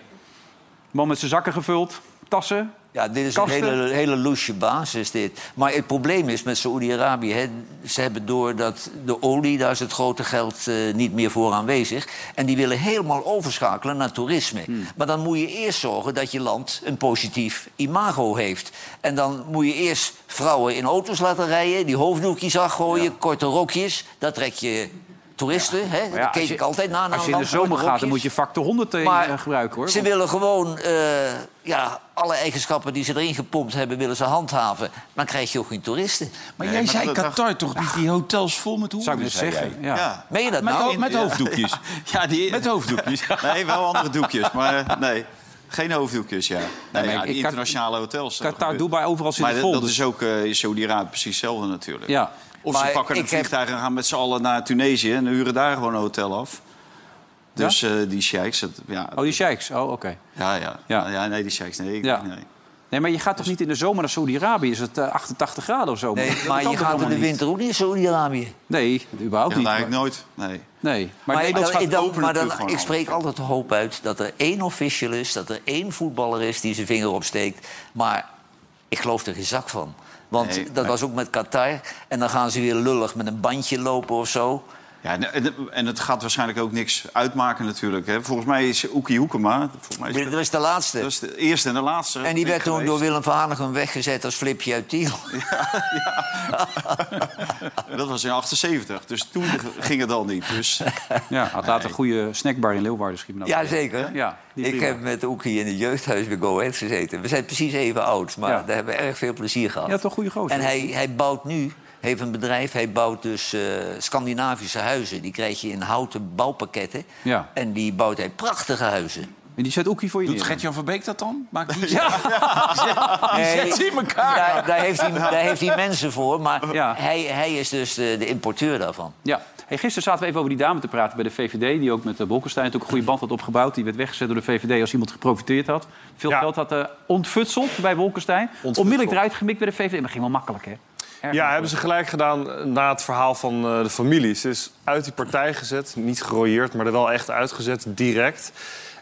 Speaker 2: Man met zijn zakken gevuld, tassen.
Speaker 4: Ja, dit is
Speaker 2: Kasten.
Speaker 4: een hele, hele loesje basis, dit. Maar het probleem is met Saoedi-Arabië... hè, ze hebben door dat de olie, daar is het grote geld eh, niet meer voor aanwezig... en die willen helemaal overschakelen naar toerisme.
Speaker 2: Hmm.
Speaker 4: Maar dan moet je eerst zorgen dat je land een positief imago heeft. En dan moet je eerst vrouwen in auto's laten rijden... die hoofddoekjes afgooien, korte rokjes. Dat trek je toeristen, hè?
Speaker 2: Maar ja,
Speaker 4: dat
Speaker 2: als
Speaker 4: keek
Speaker 2: je-
Speaker 4: ik altijd na. nou, naar
Speaker 2: Als je
Speaker 4: een
Speaker 2: in de
Speaker 4: land, korte
Speaker 2: zomer gaat, dan
Speaker 4: rokjes.
Speaker 2: moet je factor 100 in,
Speaker 4: Maar
Speaker 2: eh, gebruiken hoor.
Speaker 4: Ze willen gewoon eh, ja, alle eigenschappen die ze erin gepompt hebben, willen ze handhaven. Dan krijg je ook geen toeristen.
Speaker 5: Maar jij zei Qatar toch niet? Die hotels vol met honden,
Speaker 2: Zou ik net
Speaker 5: zei
Speaker 2: zeggen,
Speaker 5: jij?
Speaker 2: ja.
Speaker 3: Ja.
Speaker 4: Meen je dat
Speaker 5: Met,
Speaker 4: nou?
Speaker 5: ho- met hoofddoekjes.
Speaker 3: Ja, die...
Speaker 5: Met hoofddoekjes.
Speaker 3: Nee, wel andere doekjes, maar eh, nee. Geen hoofddoekjes, ja. Nee,
Speaker 2: maar
Speaker 3: ja,
Speaker 2: ik-
Speaker 3: die
Speaker 2: ik-
Speaker 3: internationale hotels. dat
Speaker 2: Qatar,
Speaker 3: gebeurt.
Speaker 2: Dubai, overal zit
Speaker 3: Maar
Speaker 2: het
Speaker 3: dat-
Speaker 2: vol.
Speaker 3: dat
Speaker 2: dus-
Speaker 3: is ook eh Saudi-Arabië precies hetzelfde natuurlijk.
Speaker 2: ja.
Speaker 3: Of
Speaker 4: Maar
Speaker 3: ze pakken een
Speaker 4: ik heb-
Speaker 3: vliegtuig en gaan met z'n allen naar Tunesië... en huren daar gewoon een hotel af. Dus eh, die sheiks... Dat, ja,
Speaker 2: Oh, die sheiks. Oh, oké.
Speaker 3: ja, ja.
Speaker 2: Ja.
Speaker 3: ja. nee, die sheiks, nee. ik-
Speaker 2: Ja.
Speaker 3: nee.
Speaker 2: Nee, maar je gaat toch niet in de zomer naar Saudi-Arabië? Is het eh, 88 graden of zo?
Speaker 4: Nee,
Speaker 2: Dat kan
Speaker 4: maar je
Speaker 2: toch
Speaker 4: gaat in de
Speaker 2: allemaal niet?
Speaker 4: winter ook niet in Saudi-Arabië.
Speaker 2: Nee, überhaupt
Speaker 3: Ja,
Speaker 2: niet.
Speaker 3: dat eigenlijk nooit. Nee.
Speaker 2: Nee. Maar,
Speaker 4: Maar,
Speaker 2: Nederland
Speaker 4: dan-
Speaker 2: gaat
Speaker 4: dan-
Speaker 3: open
Speaker 4: maar
Speaker 3: natuurlijk
Speaker 4: dan,
Speaker 3: gewoon
Speaker 4: ik spreek altijd de hoop uit dat er één official is, dat er één voetballer is die zijn vinger opsteekt. Maar ik geloof er geen zak van. Want
Speaker 3: Nee,
Speaker 4: dat
Speaker 3: maar-
Speaker 4: was ook met Qatar. En dan gaan ze weer lullig met een bandje lopen of zo.
Speaker 3: Ja, en- en, en het gaat waarschijnlijk ook niks uitmaken natuurlijk. Hè. Volgens mij is Oekie Hoekema... Volgens mij is
Speaker 4: Dat is de laatste.
Speaker 3: dat is de eerste en de laatste.
Speaker 4: En die
Speaker 3: week
Speaker 4: werd
Speaker 3: dus-
Speaker 4: toen
Speaker 3: geweest.
Speaker 4: door Willem van Hanegem weggezet als Flipje uit Tiel.
Speaker 3: Dat was in 78, dus toen ging het al niet. Dus
Speaker 2: Ja, had later een goede snackbar in Leeuwarden schiet me nou
Speaker 4: Ja,
Speaker 2: op.
Speaker 4: zeker.
Speaker 2: Ja, die
Speaker 4: ik
Speaker 2: prima.
Speaker 4: heb met Oekie in het jeugdhuis bij Go Ahead gezeten. We zijn precies even oud, maar
Speaker 2: Ja.
Speaker 4: daar hebben we erg veel plezier gehad.
Speaker 2: Ja, toch goede gozer.
Speaker 4: En hij, hij bouwt nu, heeft een bedrijf, hij bouwt dus eh, Scandinavische huizen. Die krijg je in houten bouwpakketten.
Speaker 2: Ja.
Speaker 4: En die bouwt hij prachtige huizen.
Speaker 2: En die zet Oekie voor je
Speaker 5: Doet
Speaker 2: neer.
Speaker 5: Gert-Jan van Beek dat dan? Maakt die...
Speaker 2: Ah,
Speaker 4: Nee,
Speaker 5: zet ze in elkaar.
Speaker 4: Daar, daar, heeft hij, daar heeft hij mensen voor, maar
Speaker 2: Ja.
Speaker 4: hij, hij is dus de, de importeur daarvan.
Speaker 2: Ja. Hey, gisteren zaten we even over die dame te praten bij de VVD... die ook met de Bolkestein natuurlijk een goede band had opgebouwd. Die werd weggezet door de VVD als iemand geprofiteerd had. Veel
Speaker 8: Ja.
Speaker 2: geld had eh ontfutseld bij Bolkestein. Onmiddellijk eruit gemikt bij de VVD. Maar ging wel makkelijk, hè? Erg
Speaker 8: Ja, hebben ze gelijk gedaan eh, na het verhaal van eh, de families. Dus uit die partij gezet, niet gerooieerd, maar er wel echt uitgezet, direct.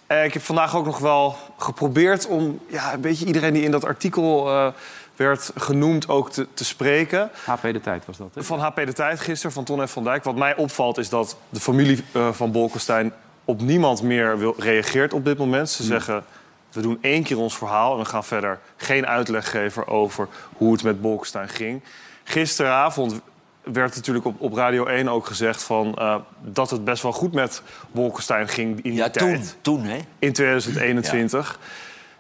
Speaker 8: Eh, ik heb vandaag ook nog wel geprobeerd om ja, een beetje iedereen die in dat artikel eh, werd genoemd ook te, te spreken.
Speaker 2: HP de tijd was dat, hè?
Speaker 8: Van HP de Tijd gisteren, van Ton en van Dijk. Wat mij opvalt is dat de familie eh, van Bolkestein op niemand meer wil, reageert op dit moment.
Speaker 4: Hmm.
Speaker 8: Ze zeggen, we doen één keer ons verhaal... en we gaan verder geen uitleg geven over hoe het met Bolkestein ging. Gisteravond werd natuurlijk op, op Radio 1 ook gezegd... Van, eh, dat het best wel goed met Bolkestein ging in die
Speaker 4: Ja,
Speaker 8: tijd
Speaker 4: toen, toen hè?
Speaker 8: in 2021.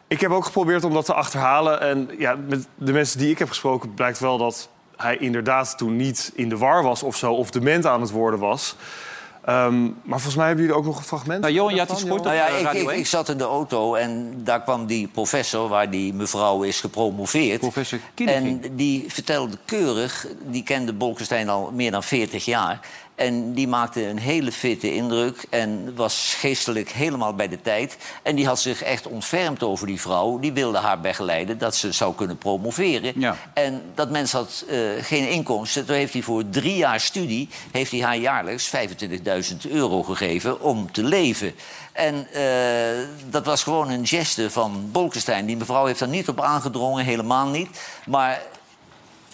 Speaker 8: Ik heb ook geprobeerd om dat te achterhalen. En ja, met de mensen die ik heb gesproken blijkt wel dat hij inderdaad toen niet in de war was of zo, of dement aan het worden was. Ehm, maar volgens mij hebben jullie ook nog een fragment.
Speaker 2: Nou, Johan, je had
Speaker 8: daarvan,
Speaker 2: iets gehoord
Speaker 8: Johan?
Speaker 4: Nou ja,
Speaker 2: eh,
Speaker 4: ik,
Speaker 2: Radio
Speaker 4: ik,
Speaker 2: 1?
Speaker 4: ik zat in de auto en daar kwam die professor waar die mevrouw is gepromoveerd.
Speaker 2: Professor Kinneging.
Speaker 4: En die vertelde keurig, die kende Bolkestein al meer dan 40 jaar. En die maakte een hele fitte indruk en was geestelijk helemaal bij de tijd. En die had zich echt ontfermd over die vrouw. Die wilde haar begeleiden dat ze zou kunnen promoveren.
Speaker 2: Ja.
Speaker 4: En dat mens had eh, geen inkomsten. Toen heeft hij voor drie jaar studie... heeft hij haar jaarlijks 25.000 euro gegeven om te leven. En eh, dat was gewoon een geste van Bolkestein. Die mevrouw heeft daar niet op aangedrongen, helemaal niet. Maar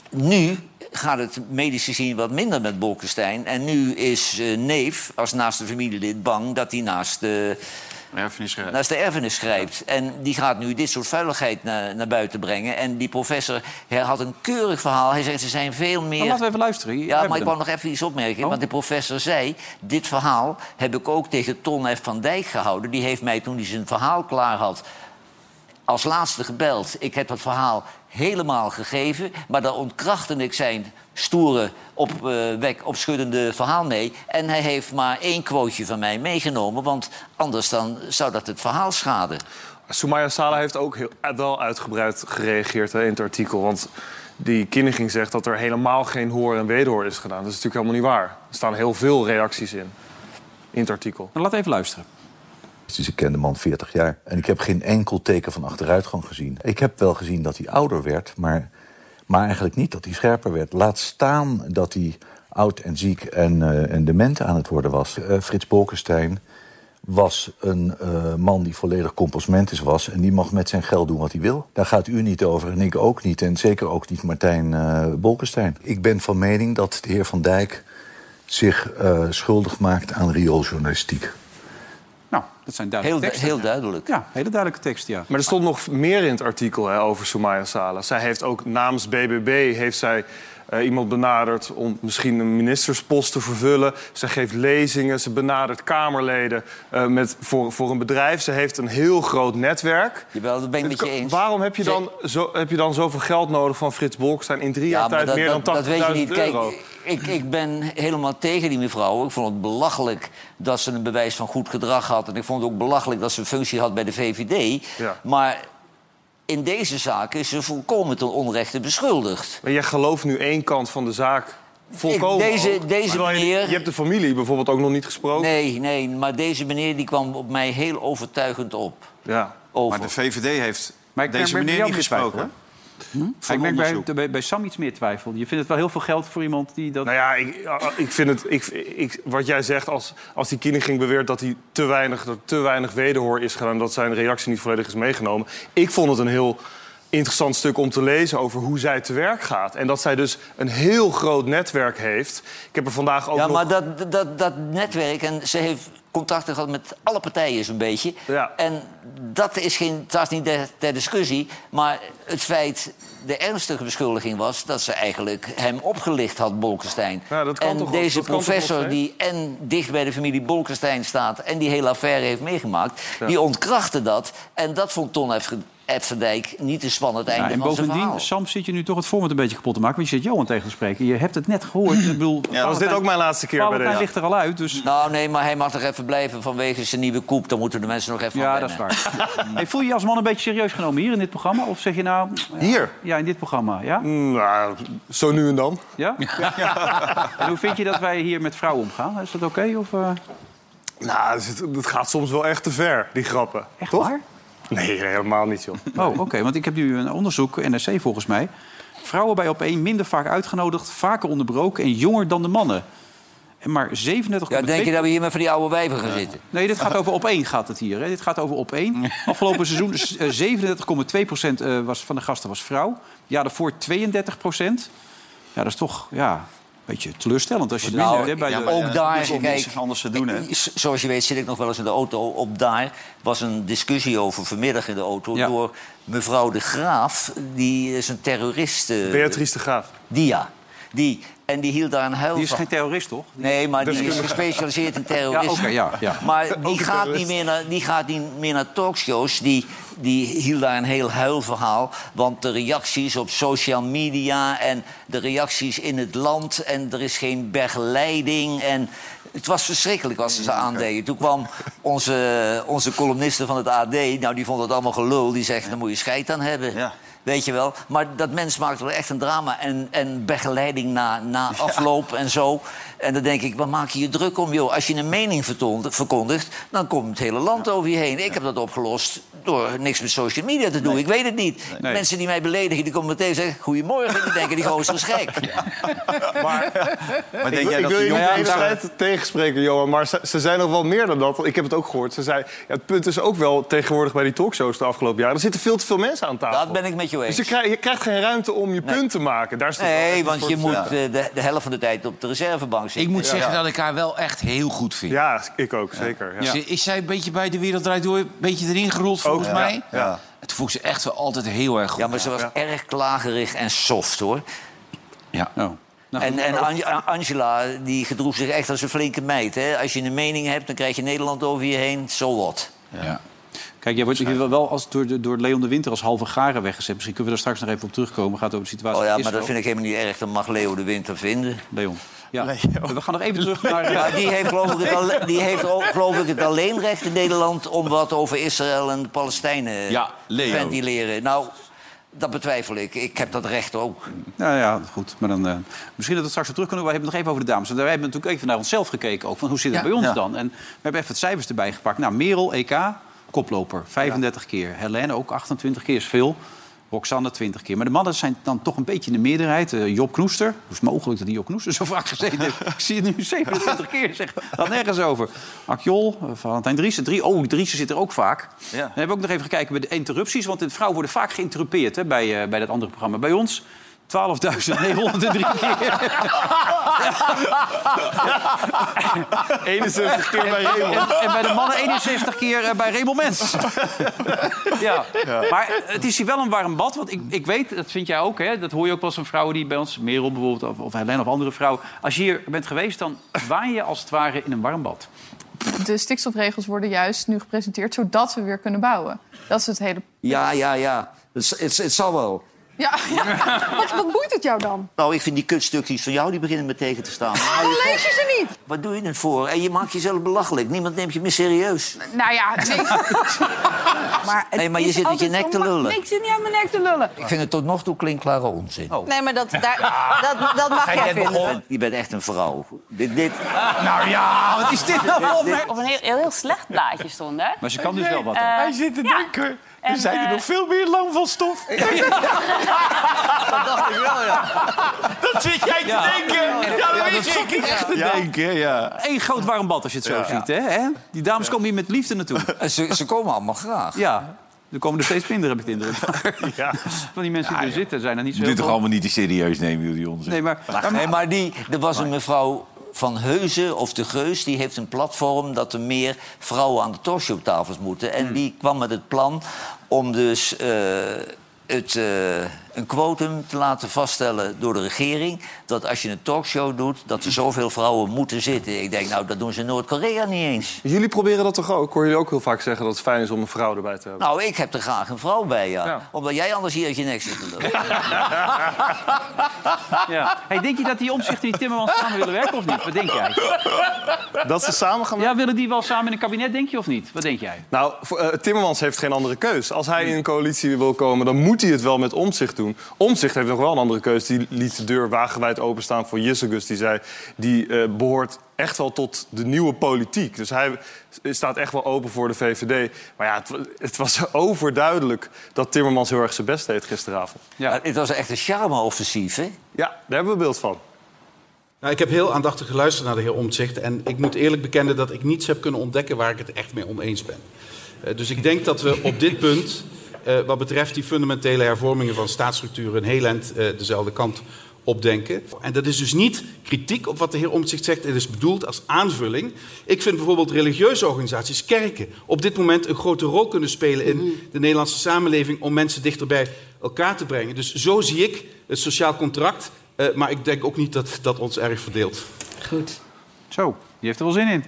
Speaker 4: nu gaat het medisch gezien wat minder met Bolkestein. En nu is eh, neef, als naaste familielid, bang dat hij naast... de
Speaker 3: erfenis eh,
Speaker 4: naast de erfenis grijpt. En die gaat nu dit soort vuiligheid naar, naar buiten brengen. En die professor hij had een keurig verhaal. Hij zegt, er zijn veel
Speaker 2: Nou,
Speaker 4: meer...
Speaker 2: laten we even luisteren. Hier
Speaker 4: ja,
Speaker 2: hebben
Speaker 4: maar ik
Speaker 2: we
Speaker 4: wou
Speaker 2: hem.
Speaker 4: nog even iets opmerken.
Speaker 2: Oh.
Speaker 4: Want de professor zei, dit verhaal heb ik ook tegen Ton F. van Dijk gehouden. Die heeft mij, toen hij zijn verhaal klaar had, als laatste gebeld. Ik heb dat verhaal helemaal gegeven, maar daar ontkrachtte ik zijn stoere, op, eh, wek, opschuddende verhaal mee. En hij heeft maar één quoteje van mij meegenomen, want anders dan zou dat het verhaal schaden.
Speaker 8: Soumaya Sala heeft ook heel, eh, wel uitgebreid gereageerd hè, in het artikel. Want die Kinniging zegt dat er helemaal geen hoor en wederhoor is gedaan. Dat is natuurlijk helemaal niet waar. Er staan heel veel reacties in, in het artikel.
Speaker 2: laat even luisteren.
Speaker 12: Dus ik ken de man 40 jaar. En ik heb geen enkel teken van achteruitgang gezien. Ik heb wel gezien dat hij ouder werd, maar, maar eigenlijk niet dat hij scherper werd. Laat staan dat hij oud en ziek en, eh, en dement aan het worden was. Eh, Frits Bolkestein was een eh, man die volledig compostmentis was... en die mag met zijn geld doen wat hij wil. Daar gaat u niet over en ik ook niet. En zeker ook niet Martijn eh Bolkestein. Ik ben van mening dat de heer Van Dijk zich eh, schuldig maakt aan riooljournalistiek.
Speaker 2: Nou, dat zijn duidelijke
Speaker 8: Heel du-
Speaker 2: teksten.
Speaker 8: heel
Speaker 2: duidelijk. Ja, hele duidelijke tekst, ja.
Speaker 8: Maar er stond nog meer in het artikel hè, over Soumaya Sala. Zij heeft ook namens BBB heeft zij, eh, iemand benaderd om misschien een ministerspost te vervullen. Zij geeft lezingen, ze benadert Kamerleden eh, met, voor, voor een bedrijf. Ze heeft een heel groot netwerk.
Speaker 4: Jawel, dat ben ik met je eens.
Speaker 8: Waarom heb je,
Speaker 4: Ze-
Speaker 8: dan zo, heb je dan zoveel geld nodig van Frits Bolkestein in drie jaar
Speaker 4: maar
Speaker 8: tijd meer dan 80.000
Speaker 4: weet je niet. Kijk,
Speaker 8: euro?
Speaker 4: ik, ik ben helemaal tegen die mevrouw. Ik vond het belachelijk dat ze een bewijs van goed gedrag had. En ik vond het ook belachelijk dat ze een functie had bij de VVD.
Speaker 8: Ja.
Speaker 4: Maar in deze zaak is ze volkomen ten onrechte beschuldigd.
Speaker 8: Maar jij gelooft nu één kant van de zaak volkomen.
Speaker 4: Ik- deze-
Speaker 8: ook.
Speaker 4: deze
Speaker 8: Terwijl je-
Speaker 4: meneer-
Speaker 8: Je hebt de familie bijvoorbeeld ook nog niet gesproken.
Speaker 4: Nee, nee, maar deze meneer die kwam op mij heel overtuigend op.
Speaker 8: Ja.
Speaker 4: Over.
Speaker 3: Maar de VVD heeft
Speaker 4: Maar ik merk
Speaker 3: deze
Speaker 4: bij
Speaker 3: meneer
Speaker 4: jou
Speaker 3: niet
Speaker 4: meer twijfel,
Speaker 3: gesproken.
Speaker 2: ik merk bij,
Speaker 3: onderzoek.
Speaker 2: bij, bij Sam iets meer twijfel. Je vindt het wel heel veel geld voor iemand die dat...
Speaker 8: Nou ja, ik, ah, ik vind het. Ik, ik, wat jij zegt, als, als die Kieniging beweert dat, hij te weinig, dat er te weinig wederhoor is gedaan, dat zijn reactie niet volledig is meegenomen. Ik vond het een heel interessant stuk om te lezen over hoe zij te werk gaat. En dat zij dus een heel groot netwerk heeft. Ik heb er vandaag ook
Speaker 4: Ja,
Speaker 8: nog...
Speaker 4: maar dat, dat, dat netwerk, en ze heeft contacten gehad met alle partijen zo'n beetje. En dat is geen, dat is niet ter, ter discussie. Maar het feit, de ernstige beschuldiging was... dat ze eigenlijk hem opgelicht had, Bolkestein.
Speaker 8: Ja, dat kan
Speaker 4: en
Speaker 8: toch ook-
Speaker 4: deze
Speaker 8: dat kan toch
Speaker 4: professor
Speaker 8: ook, hè?
Speaker 4: die en dicht bij de familie Bolkestein staat... en die hele affaire heeft meegemaakt,
Speaker 2: Ja.
Speaker 4: die ontkrachtte dat. En dat vond Ton Ef- Edverdijk niet een spannend einde
Speaker 2: Ja, en
Speaker 4: van zijn verhaal.
Speaker 2: bovendien, Sam, zit je nu toch het format een beetje kapot te maken. Want je zit Johan tegen te spreken. Je hebt het net gehoord. Ik bedoel, Valentijn- Valentijn ligt er al uit, dus...
Speaker 4: Nou, nee, maar hij mag nog even blijven vanwege zijn nieuwe koep. Dan moeten de mensen nog even
Speaker 2: Ja, dat is waar. Hey, voel je je als man een beetje serieus genomen hier in dit programma? Of zeg je nou...
Speaker 8: Hier?
Speaker 2: Ja, in dit programma, ja?
Speaker 8: Nou, zo nu en dan.
Speaker 2: Ja? En hoe vind je dat wij hier met vrouwen omgaan? Is dat oké? of, eh?
Speaker 8: Nou, dus het, het gaat soms wel echt te ver, die grappen.
Speaker 2: Echt
Speaker 8: toch?
Speaker 2: waar?
Speaker 8: Nee, helemaal niet, joh.
Speaker 2: Oh, oké. Want ik heb nu een onderzoek, NRC volgens mij. Vrouwen bij op één minder vaak uitgenodigd, vaker onderbroken en jonger dan de mannen. En maar 37...
Speaker 4: Ja, denk je dat we hier met van die oude wijven gaan zitten?
Speaker 2: Nee, dit gaat over op één gaat het hier. Hè. Dit gaat over op één. Afgelopen seizoen dus, eh, 37,2% eh, was van de gasten was vrouw. Ja, daarvoor 32%. Ja, dat is toch ja, een beetje teleurstellend als je dat
Speaker 4: Nou,
Speaker 2: ziet, hè, bij de-
Speaker 4: ook daar, kijk,
Speaker 3: hè?
Speaker 4: s- zoals je weet zit ik nog wel eens in de auto. Op daar was een discussie over vanmiddag in de auto...
Speaker 2: Ja.
Speaker 4: door mevrouw de Graaf, die is een terrorist. eh,
Speaker 8: Beatrice de Graaf.
Speaker 4: Die, ja. Die, en die hield daar een huil
Speaker 2: Die is
Speaker 4: van.
Speaker 2: geen terrorist, toch?
Speaker 4: Nee, maar die is
Speaker 2: Deskundige.
Speaker 4: gespecialiseerd in
Speaker 2: Ja,
Speaker 4: terrorisme.
Speaker 2: oké, ja, ja.
Speaker 4: Maar
Speaker 2: Ook
Speaker 4: die
Speaker 2: een
Speaker 4: gaat,
Speaker 2: terrorist.
Speaker 4: niet meer naar, die gaat niet meer naar talkshows. Die, die hield daar een heel huilverhaal. Want de reacties op social media en de reacties in het land... en er is geen begeleiding en... Het was verschrikkelijk wat ze ze aandeden. Toen kwam onze, onze columniste van het AD... nou, die vond het allemaal gelul. Die zegt, daar moet je scheid aan hebben. Weet je wel? Maar dat mens maakt wel echt een drama. En, en begeleiding na, na afloop en zo. En dan denk ik, waar maak je je druk om, joh? Als je een mening vertond- verkondigt, dan komt het hele land over je heen. Ik heb dat opgelost door niks met social media te doen. Ik weet het niet.
Speaker 2: Nee.
Speaker 4: Mensen die mij beledigen, die komen meteen zeggen... goedemorgen, die denken, die gozer is gek.
Speaker 8: Maar
Speaker 3: denk
Speaker 8: ik,
Speaker 3: jij
Speaker 8: ik
Speaker 3: dat
Speaker 8: wil
Speaker 3: die
Speaker 8: je niet de hele
Speaker 3: jongens daar-
Speaker 8: tijd tegenspreken, Johan. Maar ze, ze zijn nog wel meer dan dat. want Ik heb het ook gehoord. Ze zei, ja, het punt is ook wel tegenwoordig bij die talkshows de afgelopen jaren... er zitten veel te veel mensen aan tafel.
Speaker 4: Dat ben ik met jou
Speaker 8: Dus
Speaker 4: eens.
Speaker 8: je, krij- je krijgt geen ruimte om je punt te maken. Daar is het wel echt
Speaker 4: Nee,
Speaker 8: een
Speaker 4: want je
Speaker 8: soort-
Speaker 4: moet
Speaker 8: Ja.
Speaker 4: eh, de, de helft van de tijd op de reservebank zitten.
Speaker 5: Ik moet
Speaker 4: Ja.
Speaker 5: zeggen
Speaker 4: Ja.
Speaker 5: dat ik haar wel echt heel goed vind.
Speaker 8: Ja, ik ook, zeker. ja.
Speaker 5: Ze- is zij een beetje bij de wereld draait door, een beetje erin gerold volgens
Speaker 4: ja.
Speaker 5: mij.
Speaker 4: Ja. Ja.
Speaker 5: Het voelt ze echt wel altijd heel erg goed.
Speaker 4: Ja, maar ze was erg klagerig en soft, hoor.
Speaker 5: Ja.
Speaker 2: Nou.
Speaker 4: en
Speaker 2: oh.
Speaker 4: en Ange- A- Angela die gedroeg zich echt als een flinke meid. Hè? Als je een mening hebt, dan krijg je Nederland over je heen. Zo wat.
Speaker 5: Ja.
Speaker 2: Oké, Kijk, jij wordt je wordt wel als, door, de- door Leon de Winter als halve garen weggezet. Misschien kunnen we daar straks nog even op terugkomen. Gaat over de situatie.
Speaker 4: Oh ja,
Speaker 2: in
Speaker 4: maar dat
Speaker 2: Israël.
Speaker 4: vind ik helemaal niet erg. Dan mag Leo de Winter vinden.
Speaker 2: Leon. Ja. We gaan nog even terug naar...
Speaker 4: Ja, die heeft, geloof ik, het alle- die heeft ook, geloof ik het alleen recht in Nederland... om wat over Israël en de Palestijnen
Speaker 2: Ja, Leo.
Speaker 4: ventileren. Nou, dat betwijfel ik. Ik heb dat recht ook.
Speaker 2: Nou ja, goed. Maar dan, eh, misschien dat we het straks weer terug kunnen. We hebben het nog even over de dames. Want wij hebben natuurlijk even naar onszelf gekeken ook. Van hoe zit het
Speaker 4: Ja.
Speaker 2: bij ons
Speaker 4: Ja.
Speaker 2: dan? En we hebben even het cijfers erbij gepakt. Nou, Merel, EK, koploper. 35 keer. Helene ook 28 keer, is veel. Roxanne 20 keer. Maar de mannen zijn dan toch een beetje in de meerderheid. Eh, Job Knoester. Hoe is het mogelijk dat die Job Knoester zo vaak gezeten heeft? Ik zie het nu 27 keer. Zeg, gaat nergens over. Akjol, eh, Valentijn Driessen. Drie, oh, Driessen zit er ook vaak.
Speaker 10: Ja.
Speaker 2: Dan hebben we ook nog even gekeken bij de interrupties. Want de vrouwen worden vaak geïnterrumpeerd hè, bij, eh, bij dat andere programma. Bij ons 12.903 keer.
Speaker 10: 71 keer bij
Speaker 2: En,
Speaker 10: Raymond.
Speaker 2: en bij de mannen 71 keer eh, bij Raymond Mens. ja. Maar eh, het is hier wel een warm bad. Want ik, ik weet, dat vind jij ook, hè? dat hoor je ook wel eens van vrouwen die bij ons, Merel bijvoorbeeld, of, of Helene of andere vrouwen. Als je hier bent geweest, dan waai je als het ware in een warm bad.
Speaker 13: De stikstofregels worden juist nu gepresenteerd... zodat we weer kunnen bouwen. Dat is het hele...
Speaker 4: Ja, ja, ja. Het, s- het, s- het zal wel.
Speaker 13: Ja, ja. Wat, wat boeit het jou dan?
Speaker 4: Nou, ik vind die kutstukjes van jou, die beginnen me tegen te staan.
Speaker 13: Dan lees je ze niet.
Speaker 4: Wat doe je het voor? En je maakt jezelf belachelijk. Niemand neemt je meer serieus.
Speaker 13: Nou ja, nee.
Speaker 14: Maar
Speaker 4: Nee, maar je zit met je nek te lullen.
Speaker 14: Ik zit niet aan mijn nek te lullen. Oh.
Speaker 4: Ik vind het tot nog toe klinkklare onzin.
Speaker 14: Nee, maar dat, daar, dat, dat mag jij vinden.
Speaker 4: Je bent echt een vrouw. Dit, dit...
Speaker 14: Nou ja,
Speaker 2: wat is dit nou voor opmerking?
Speaker 14: Op een heel, heel, heel slecht blaadje stond, hè?
Speaker 2: Maar ze kan dus wel wat.
Speaker 14: Eh,
Speaker 10: Hij zit te denken.
Speaker 14: En,
Speaker 10: Er zijn er
Speaker 14: eh,
Speaker 10: nog veel meer lang van stof.
Speaker 14: dat dacht ik wel, ja.
Speaker 10: Dat zit jij te
Speaker 2: Ja.
Speaker 10: denken. Ja, dat weet ik.
Speaker 2: echt
Speaker 10: Ja.
Speaker 2: denken, ja. Eén groot warm bad als je het zo
Speaker 10: Ja.
Speaker 2: ziet, hè? hè? Die dames komen hier met liefde naartoe.
Speaker 4: Ze, ze komen allemaal graag.
Speaker 2: Ja, er komen er steeds minder, heb ik de indruk. Van die mensen die er zitten, zijn er niet zo
Speaker 5: Dit
Speaker 2: heel
Speaker 5: toch
Speaker 2: veel.
Speaker 5: allemaal niet te serieus nemen, jullie onzin.
Speaker 2: Nee, maar...
Speaker 4: Maar, nee, maar die, er was een mevrouw van Heuzen of de Geus... die heeft een platform dat er meer vrouwen aan de torsiotafels moeten. En
Speaker 2: Hmm.
Speaker 4: die kwam met het plan om dus eh, het, eh, een quotum te laten vaststellen door de regering... dat als je een talkshow doet, dat er zoveel vrouwen moeten zitten. Ik denk, nou, dat doen ze in Noord-Korea niet eens.
Speaker 8: Jullie proberen dat toch ook? Ik hoor jullie ook heel vaak zeggen dat het fijn is om een vrouw erbij te hebben.
Speaker 4: Nou, ik heb er graag een vrouw bij, ja.
Speaker 8: Ja.
Speaker 4: Omdat jij anders hier uit je nek zit te lullen.
Speaker 2: Ja. Hey, denk je dat die omzicht en die Timmermans samen willen werken of niet? Wat denk jij?
Speaker 8: Dat ze samen gaan
Speaker 2: Ja, willen die wel samen in een kabinet, denk je, of niet? Wat denk jij?
Speaker 8: Nou, voor- eh, Timmermans heeft geen andere keus. Als hij in een coalitie wil komen, dan moet hij het wel met Omzicht doen. Omzicht heeft nog wel een andere keus. Die liet de deur wagenwijd openstaan voor Jissegus. Die zei, die eh, behoort echt wel tot de nieuwe politiek. Dus hij staat echt wel open voor de VVD. Maar ja, het, wa- het was overduidelijk dat Timmermans heel erg zijn best deed gisteravond.
Speaker 2: Ja.
Speaker 4: Het was echt een charme-offensief, hè?
Speaker 8: Ja, daar hebben we beeld van.
Speaker 15: Nou, ik heb heel aandachtig geluisterd naar de heer Omtzigt. En ik moet eerlijk bekennen dat ik niets heb kunnen ontdekken waar ik het echt mee oneens ben. Eh, dus ik denk dat we op dit punt, eh, wat betreft die fundamentele hervormingen van staatsstructuren, een heel eind eh, dezelfde kant op denken. En dat is dus niet kritiek op wat de heer Omtzigt zegt. Het is bedoeld als aanvulling. Ik vind bijvoorbeeld religieuze organisaties, kerken, op dit moment een grote rol kunnen spelen in de Nederlandse samenleving om mensen dichter bij elkaar te brengen. Dus zo zie ik het sociaal contract. eh, maar ik denk ook niet dat dat ons erg verdeelt.
Speaker 2: Goed. Zo, die heeft er wel zin in.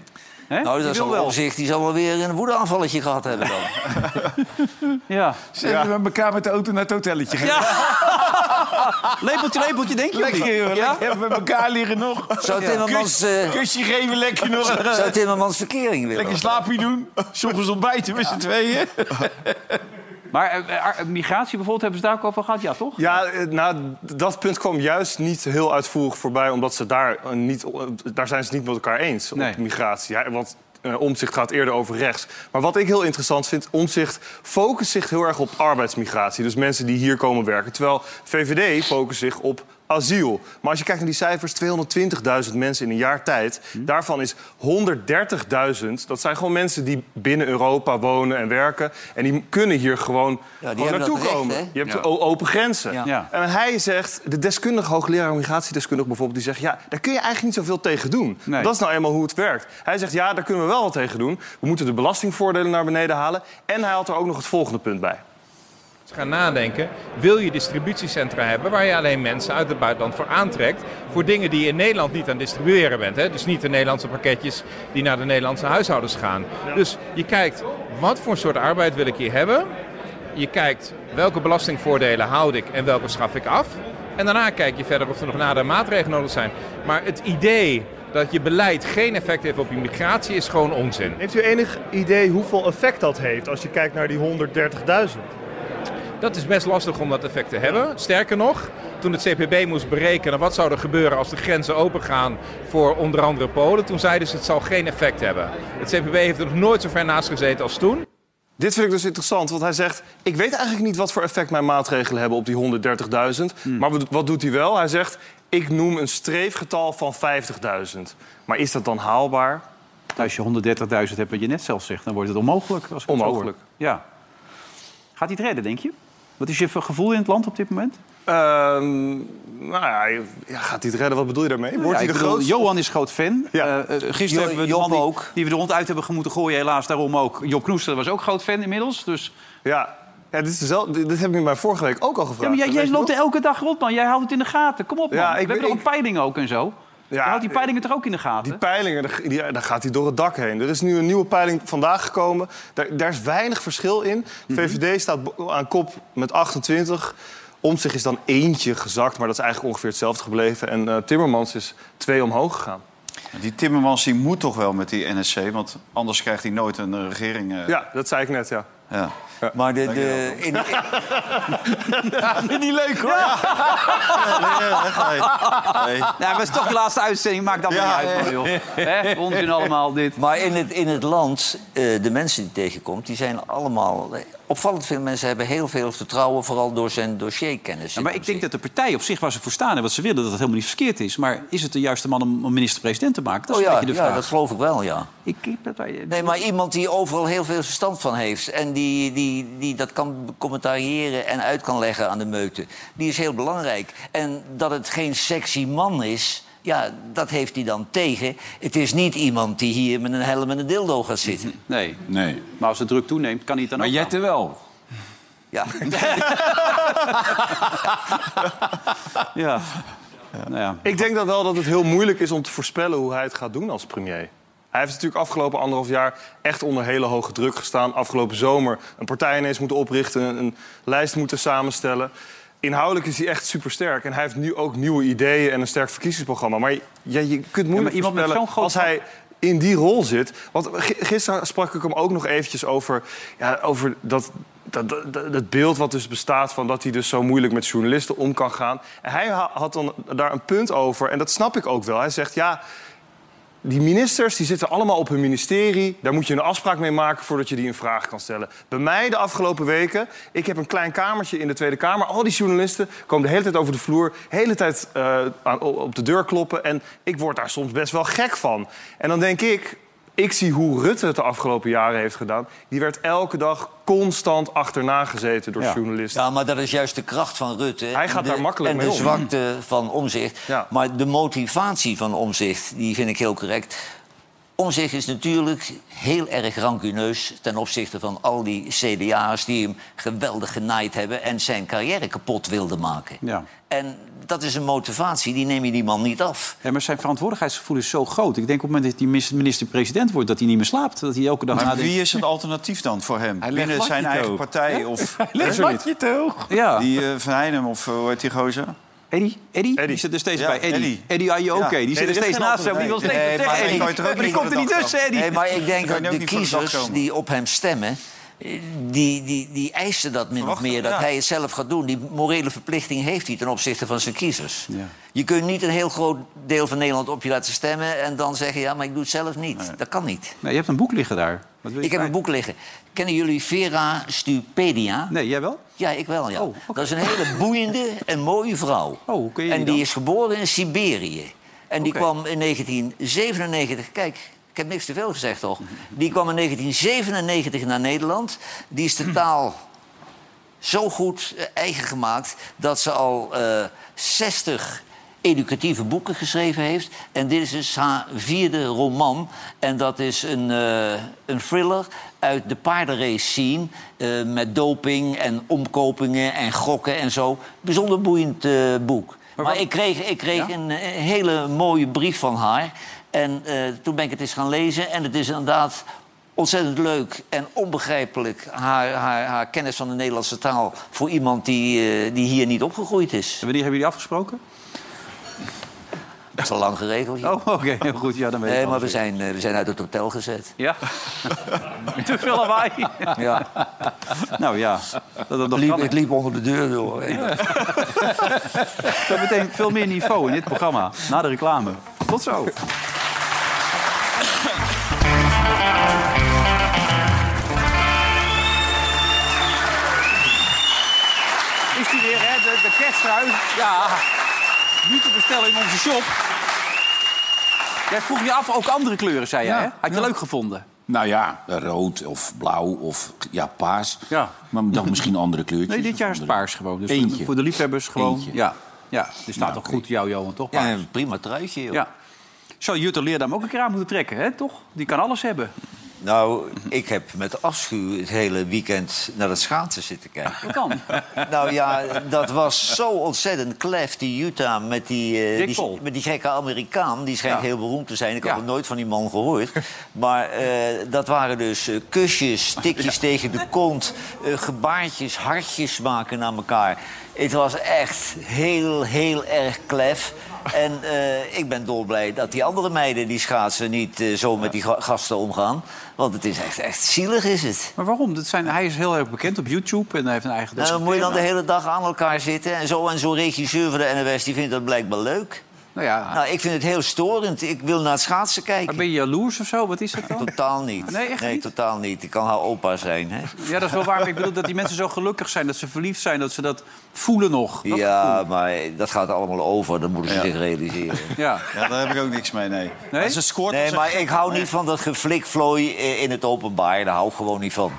Speaker 2: Hè?
Speaker 4: Nou,
Speaker 2: Die
Speaker 4: dat
Speaker 2: wil
Speaker 4: zal Omzicht, die zal wel weer een woedeaanvalletje gehad hebben dan.
Speaker 2: Ja.
Speaker 10: Zijn we met elkaar met de auto naar het hotelletje gaan?
Speaker 2: Lepeltje, lepeltje, denk je? of niet?
Speaker 10: Lekker, joh.
Speaker 2: Ja?
Speaker 10: Lekker met elkaar liggen nog.
Speaker 4: Zou Timmermans,
Speaker 10: Kus-
Speaker 4: eh,
Speaker 10: kusje geven, lekker nog.
Speaker 2: Eh,
Speaker 4: Zou- Zou Timmermans verkering willen?
Speaker 10: Lekker slaapje doen. Soms ontbijten met z'n tweeën.
Speaker 2: Maar eh, eh, migratie bijvoorbeeld, hebben ze daar ook over gehad? Ja, toch?
Speaker 8: Ja, eh, nou, dat punt kwam juist niet heel uitvoerig voorbij, omdat ze daar eh, niet, eh, daar zijn ze niet met elkaar eens
Speaker 2: Nee.
Speaker 8: op migratie. Ja, want eh, omzicht gaat eerder over rechts. Maar wat ik heel interessant vind, omzicht focust zich heel erg op arbeidsmigratie, dus mensen die hier komen werken, terwijl VVD focust zich op asiel. Maar als je kijkt naar die cijfers, 220.000 mensen in een jaar tijd, daarvan is 130.000, dat zijn gewoon mensen die binnen Europa wonen en werken en die kunnen hier gewoon, gewoon
Speaker 4: hebben dat
Speaker 8: naartoe
Speaker 4: recht,
Speaker 8: komen.
Speaker 4: hè?
Speaker 8: Je hebt
Speaker 4: Ja.
Speaker 8: o- open grenzen.
Speaker 4: Ja.
Speaker 2: Ja.
Speaker 8: En hij zegt, de deskundige hoogleraar, migratiedeskundige bijvoorbeeld, die zegt: ja, daar kun je eigenlijk niet zoveel tegen doen.
Speaker 2: Nee.
Speaker 8: Dat is nou eenmaal hoe het werkt. Hij zegt: ja, daar kunnen we wel wat tegen doen. We moeten de belastingvoordelen naar beneden halen. En hij had er ook nog het volgende punt bij.
Speaker 16: gaan nadenken. Wil je distributiecentra hebben waar je alleen mensen uit het buitenland voor aantrekt? Voor dingen die je in Nederland niet aan het distribueren bent. Hè? Dus niet de Nederlandse pakketjes die naar de Nederlandse huishoudens gaan. Dus je kijkt, wat voor soort arbeid wil ik hier hebben? Je kijkt, welke belastingvoordelen houd ik en welke schaf ik af? En daarna kijk je verder of er nog nadere maatregelen nodig zijn. Maar het idee dat je beleid geen effect heeft op je migratie is gewoon onzin.
Speaker 17: Heeft u enig idee hoeveel effect dat heeft als je kijkt naar die 130.000?
Speaker 16: Dat is best lastig om dat effect te hebben. Sterker nog, toen het CPB moest berekenen wat zou er gebeuren als de grenzen opengaan voor onder andere Polen, toen zeiden ze het zal geen effect hebben. Het CPB heeft er nog nooit zo ver naast gezeten als toen.
Speaker 8: Dit vind ik dus interessant, want hij zegt... ik weet eigenlijk niet wat voor effect mijn maatregelen hebben op die 130.000. Maar wat- wat doet hij wel? Hij zegt, ik noem een streefgetal van 50.000. Maar is dat dan haalbaar?
Speaker 2: Als je 130.000 hebt, wat je net zelf zegt, dan wordt het onmogelijk. Als ik het zo hoor.
Speaker 8: Onmogelijk.
Speaker 2: Ja. Gaat hij het redden, denk je? Wat is je gevoel in het land op dit moment?
Speaker 8: Ehm, nou ja, ja, gaat hij het redden? Wat bedoel je daarmee? Wordt
Speaker 2: Ja,
Speaker 8: hij
Speaker 2: ik
Speaker 8: de
Speaker 2: bedoel,
Speaker 8: grootste?
Speaker 2: Johan is groot fan. Eh, eh, gisteren
Speaker 8: Jo-
Speaker 2: hebben we de man
Speaker 8: Job
Speaker 2: die, die we er ronduit hebben moeten gooien, helaas daarom ook. Job Knoester was ook groot fan inmiddels. Dus...
Speaker 8: Ja. dit, is dezelfde- dit- dit hebben we mij vorige week ook al gevraagd.
Speaker 2: Ja, maar jij,
Speaker 8: Weet
Speaker 2: jij
Speaker 8: je
Speaker 2: loopt
Speaker 8: nog?
Speaker 2: er elke dag rond, man. Jij houdt het in de gaten. Kom op, man.
Speaker 8: Ja,
Speaker 2: we
Speaker 8: ik
Speaker 2: hebben
Speaker 8: weet-
Speaker 2: toch ook peilingen ook en zo. Je houdt die peilingen toch ook in de gaten?
Speaker 8: Die peilingen, daar, die- daar gaat hij door het dak heen. Er is nu een nieuwe peiling vandaag gekomen. Daar, daar is weinig verschil in.
Speaker 2: Mhm.
Speaker 8: VVD staat bo- aan kop met 28. Om zich is dan eentje gezakt, maar dat is eigenlijk ongeveer hetzelfde gebleven. En eh, Timmermans is twee omhoog gegaan.
Speaker 3: eh, Die Timmermans die moet toch wel met die NSC, want anders krijgt hij nooit een eh, regering. eh.
Speaker 8: Ja, dat zei ik net, ja.
Speaker 3: Ja.
Speaker 4: Maar de,
Speaker 3: de,
Speaker 2: Niet leuk, hoor. Ja.
Speaker 3: Nee.
Speaker 2: Nou, maar het is toch de laatste uitzending. Maakt dat maar niet uit, man, joh. Hè? Onzin allemaal, dit.
Speaker 4: Maar in het, in het land, eh, de mensen die je tegenkomt, die zijn allemaal... eh, Opvallend veel mensen hebben heel veel vertrouwen, vooral door zijn dossierkennis.
Speaker 2: Ja, maar ik denk dat de partij op zich waar ze voor staan en wat ze willen, dat het helemaal niet verkeerd is. Maar is het de juiste man om om minister-president te maken? Dat
Speaker 4: oh
Speaker 2: is
Speaker 4: ja,
Speaker 2: een beetje de
Speaker 4: ja,
Speaker 2: vraag.
Speaker 4: dat geloof ik wel, ja.
Speaker 2: Ik keep dat bij je.
Speaker 4: Nee, maar iemand die overal heel veel verstand van heeft... en die, die, die dat kan commentariëren en uit kan leggen aan de meute... die is heel belangrijk. En dat het geen sexy man is... Ja, dat heeft hij dan tegen. Het is niet iemand die hier met een helm en een dildo gaat zitten.
Speaker 2: Nee. nee. Maar als de druk toeneemt, kan hij het dan ook. Maar Jette wel.
Speaker 4: Ja.
Speaker 2: ja. Nou ja.
Speaker 8: Ik denk dat wel dat het heel moeilijk is om te voorspellen hoe hij het gaat doen als premier. Hij heeft natuurlijk afgelopen anderhalf jaar echt onder hele hoge druk gestaan. Afgelopen zomer een partij ineens moeten oprichten, een, een lijst moeten samenstellen. Inhoudelijk is hij echt supersterk. En hij heeft nu ook nieuwe ideeën en een sterk verkiezingsprogramma. Maar je, je kunt moeilijk
Speaker 2: iemand met
Speaker 8: voorspellen
Speaker 2: zo'n groot
Speaker 8: als hij in die rol zit. Want g- gisteren sprak ik hem ook nog eventjes over, ja, over dat, dat, dat, dat beeld wat dus bestaat... van dat hij dus zo moeilijk met journalisten om kan gaan. En hij ha- had dan daar een punt over. En dat snap ik ook wel. Hij zegt, ja, die ministers die zitten allemaal op hun ministerie. Daar moet je een afspraak mee maken voordat je die een vraag kan stellen. Bij mij de afgelopen weken, ik heb een klein kamertje in de Tweede Kamer. Al die journalisten komen de hele tijd over de vloer, de hele tijd eh, aan- op de deur kloppen. En ik word daar soms best wel gek van. En dan denk ik, ik zie hoe Rutte het de afgelopen jaren heeft gedaan. Die werd elke dag constant achterna gezeten door journalisten.
Speaker 4: Ja, maar dat is juist de kracht van Rutte.
Speaker 8: Hij gaat
Speaker 4: en de,
Speaker 8: daar makkelijk
Speaker 4: en
Speaker 8: mee
Speaker 4: de
Speaker 8: om.
Speaker 4: zwakte van Omzicht. Maar de motivatie van Omzicht, die vind ik heel correct. Omzicht is natuurlijk heel erg rancuneus ten opzichte van al die CDA's die hem geweldig genaaid hebben en zijn carrière kapot wilden maken.
Speaker 2: Ja.
Speaker 4: En dat is een motivatie, die neem je die man niet af.
Speaker 2: Ja, maar zijn verantwoordelijkheidsgevoel is zo groot. Ik denk op het moment dat hij mis- minister-president wordt, dat hij niet meer slaapt. Dat hij elke dag
Speaker 3: Maar
Speaker 2: nadenkt.
Speaker 3: wie is het alternatief dan voor hem?
Speaker 2: Nou, Hij legt
Speaker 3: Binnen zijn
Speaker 2: latje
Speaker 3: eigen
Speaker 2: toog.
Speaker 3: partij?
Speaker 2: Ja?
Speaker 3: Of,
Speaker 2: Hij legt
Speaker 3: Is er niet?
Speaker 2: latje Ja.
Speaker 3: Die eh, Van Heijnem of eh, hoe heet die gozer?
Speaker 2: Eddie? Eddie? Die zit er steeds bij. Eddie. Eddie, Ayo, oké. Die zit er steeds naast hem. Die wil steeds wat zeggen, Eddie. Maar die komt er niet tussen, Eddie.
Speaker 4: Nee, maar ik denk
Speaker 2: Kan je
Speaker 4: dat
Speaker 2: ook
Speaker 4: de
Speaker 2: niet voor de dag
Speaker 4: kiezers
Speaker 2: komen.
Speaker 4: die op hem stemmen... eh, Die, die, die eisen dat min of meer, dat
Speaker 2: ja.
Speaker 4: hij het zelf gaat doen. Die morele verplichting heeft hij ten opzichte van zijn kiezers. Je kunt niet een heel groot deel van Nederland op je laten stemmen... en dan zeggen, ja, maar ik doe het zelf niet. Dat kan niet.
Speaker 2: Nee, je hebt een boek liggen daar. Wat wil je
Speaker 4: Ik heb
Speaker 2: kwijt?
Speaker 4: een boek liggen. Kennen jullie Vera Stupedia?
Speaker 2: Nee, jij wel?
Speaker 4: Ja, ik wel, ja. Dat is een hele boeiende en mooie vrouw.
Speaker 2: Oh, kun je
Speaker 4: en
Speaker 2: die
Speaker 4: die
Speaker 2: dan?
Speaker 4: is geboren in Siberië. En die
Speaker 2: Oké.
Speaker 4: kwam in 1997... Kijk, ik heb niks te veel gezegd, toch? Die kwam in 1997 naar Nederland. Die is
Speaker 2: Hm.
Speaker 4: de taal zo goed eh, eigen gemaakt... dat ze al eh 60 educatieve boeken geschreven heeft. En dit is dus haar vierde roman. En dat is een, eh, een thriller uit de paardenrace scene. eh, met doping en omkopingen en gokken en zo. Bijzonder boeiend eh, boek. Maar, ik kreeg, ik kreeg een, eh, hele mooie brief van haar. En eh, toen ben ik het eens gaan lezen. En het is inderdaad ontzettend leuk en onbegrijpelijk... haar, haar, haar kennis van de Nederlandse taal... voor iemand die, eh, die hier niet opgegroeid is. En
Speaker 2: wanneer hebben jullie afgesproken?
Speaker 4: Dat is al lang geregeld. Oh,
Speaker 2: oké. Heel goed. Ja, dan weet
Speaker 4: nee,
Speaker 2: ik
Speaker 4: maar we
Speaker 2: alles.
Speaker 4: zijn, eh, we zijn uit het hotel gezet.
Speaker 2: Ja. Te veel lawaai.
Speaker 4: Ja.
Speaker 2: Nou ja. Dat het,
Speaker 4: liep, het liep onder de deur door.
Speaker 2: Dat betekent veel meer niveau in dit programma. Na de reclame. Tot zo. Is die weer, hè? De, de kerstrui. Ja. Niet te bestellen in onze shop. Jij vroeg je af, ook andere kleuren, zei jij,
Speaker 5: Ja,
Speaker 2: hè? Had je leuk gevonden?
Speaker 5: Nou ja, rood of blauw of ja, paars. Maar dan misschien andere kleurtjes.
Speaker 2: Nee, dit jaar is het paars gewoon. Dus voor de- voor de liefhebbers gewoon, Ja. Ja, die
Speaker 4: Nou,
Speaker 2: staat ook goed, jou, Johan, toch? Ja,
Speaker 4: prima truitje, joh.
Speaker 2: Ja. Zou Jutte Leerdam ook een keer aan moeten trekken, hè, toch? Die kan alles hebben.
Speaker 4: Nou, ik heb met afschuw het hele weekend naar het schaatsen zitten kijken.
Speaker 2: Dat kan.
Speaker 4: Nou ja, dat was zo ontzettend klef, die Utah met die, eh,
Speaker 2: Dick
Speaker 4: die,
Speaker 2: Pol.
Speaker 4: met die gekke Amerikaan. Die schijnt
Speaker 2: Ja.
Speaker 4: heel beroemd te zijn. Ik had nog nooit van die man gehoord. Maar eh, dat waren dus eh, kusjes, tikjes tegen de kont, eh, gebaartjes, hartjes maken naar elkaar. Het was echt heel, heel erg klef. En eh, ik ben dolblij dat die andere meiden, die schaatsen, niet eh, zo met die ga- gasten omgaan. Want het is echt, echt zielig, is het.
Speaker 2: Maar waarom? Dat zijn, hij is heel erg bekend op YouTube en hij heeft een eigen...
Speaker 4: Nou, dan moet je dan de hele dag aan elkaar zitten. En zo en zo'n regisseur van de NOS die vindt dat blijkbaar leuk.
Speaker 2: Nou ja.
Speaker 4: Nou, ik vind het heel storend. Ik wil naar het schaatsen kijken.
Speaker 2: Maar ben je jaloers of zo? Wat is dat dan?
Speaker 4: Totaal niet.
Speaker 2: Nee, echt niet?
Speaker 4: totaal niet. Ik kan haar opa zijn. Hè?
Speaker 2: Ja, dat is wel waar. maar Ik bedoel dat die mensen zo gelukkig zijn, dat ze verliefd zijn, dat ze dat voelen nog. Dat
Speaker 4: Ja, maar dat gaat allemaal over. Dat moeten ze zich realiseren.
Speaker 2: Ja.
Speaker 3: ja, daar heb ik ook niks mee, nee. Als ze scoort...
Speaker 4: Nee, maar ik hou niet van dat geflikvlooi eh, in het openbaar. Daar hou ik gewoon niet van.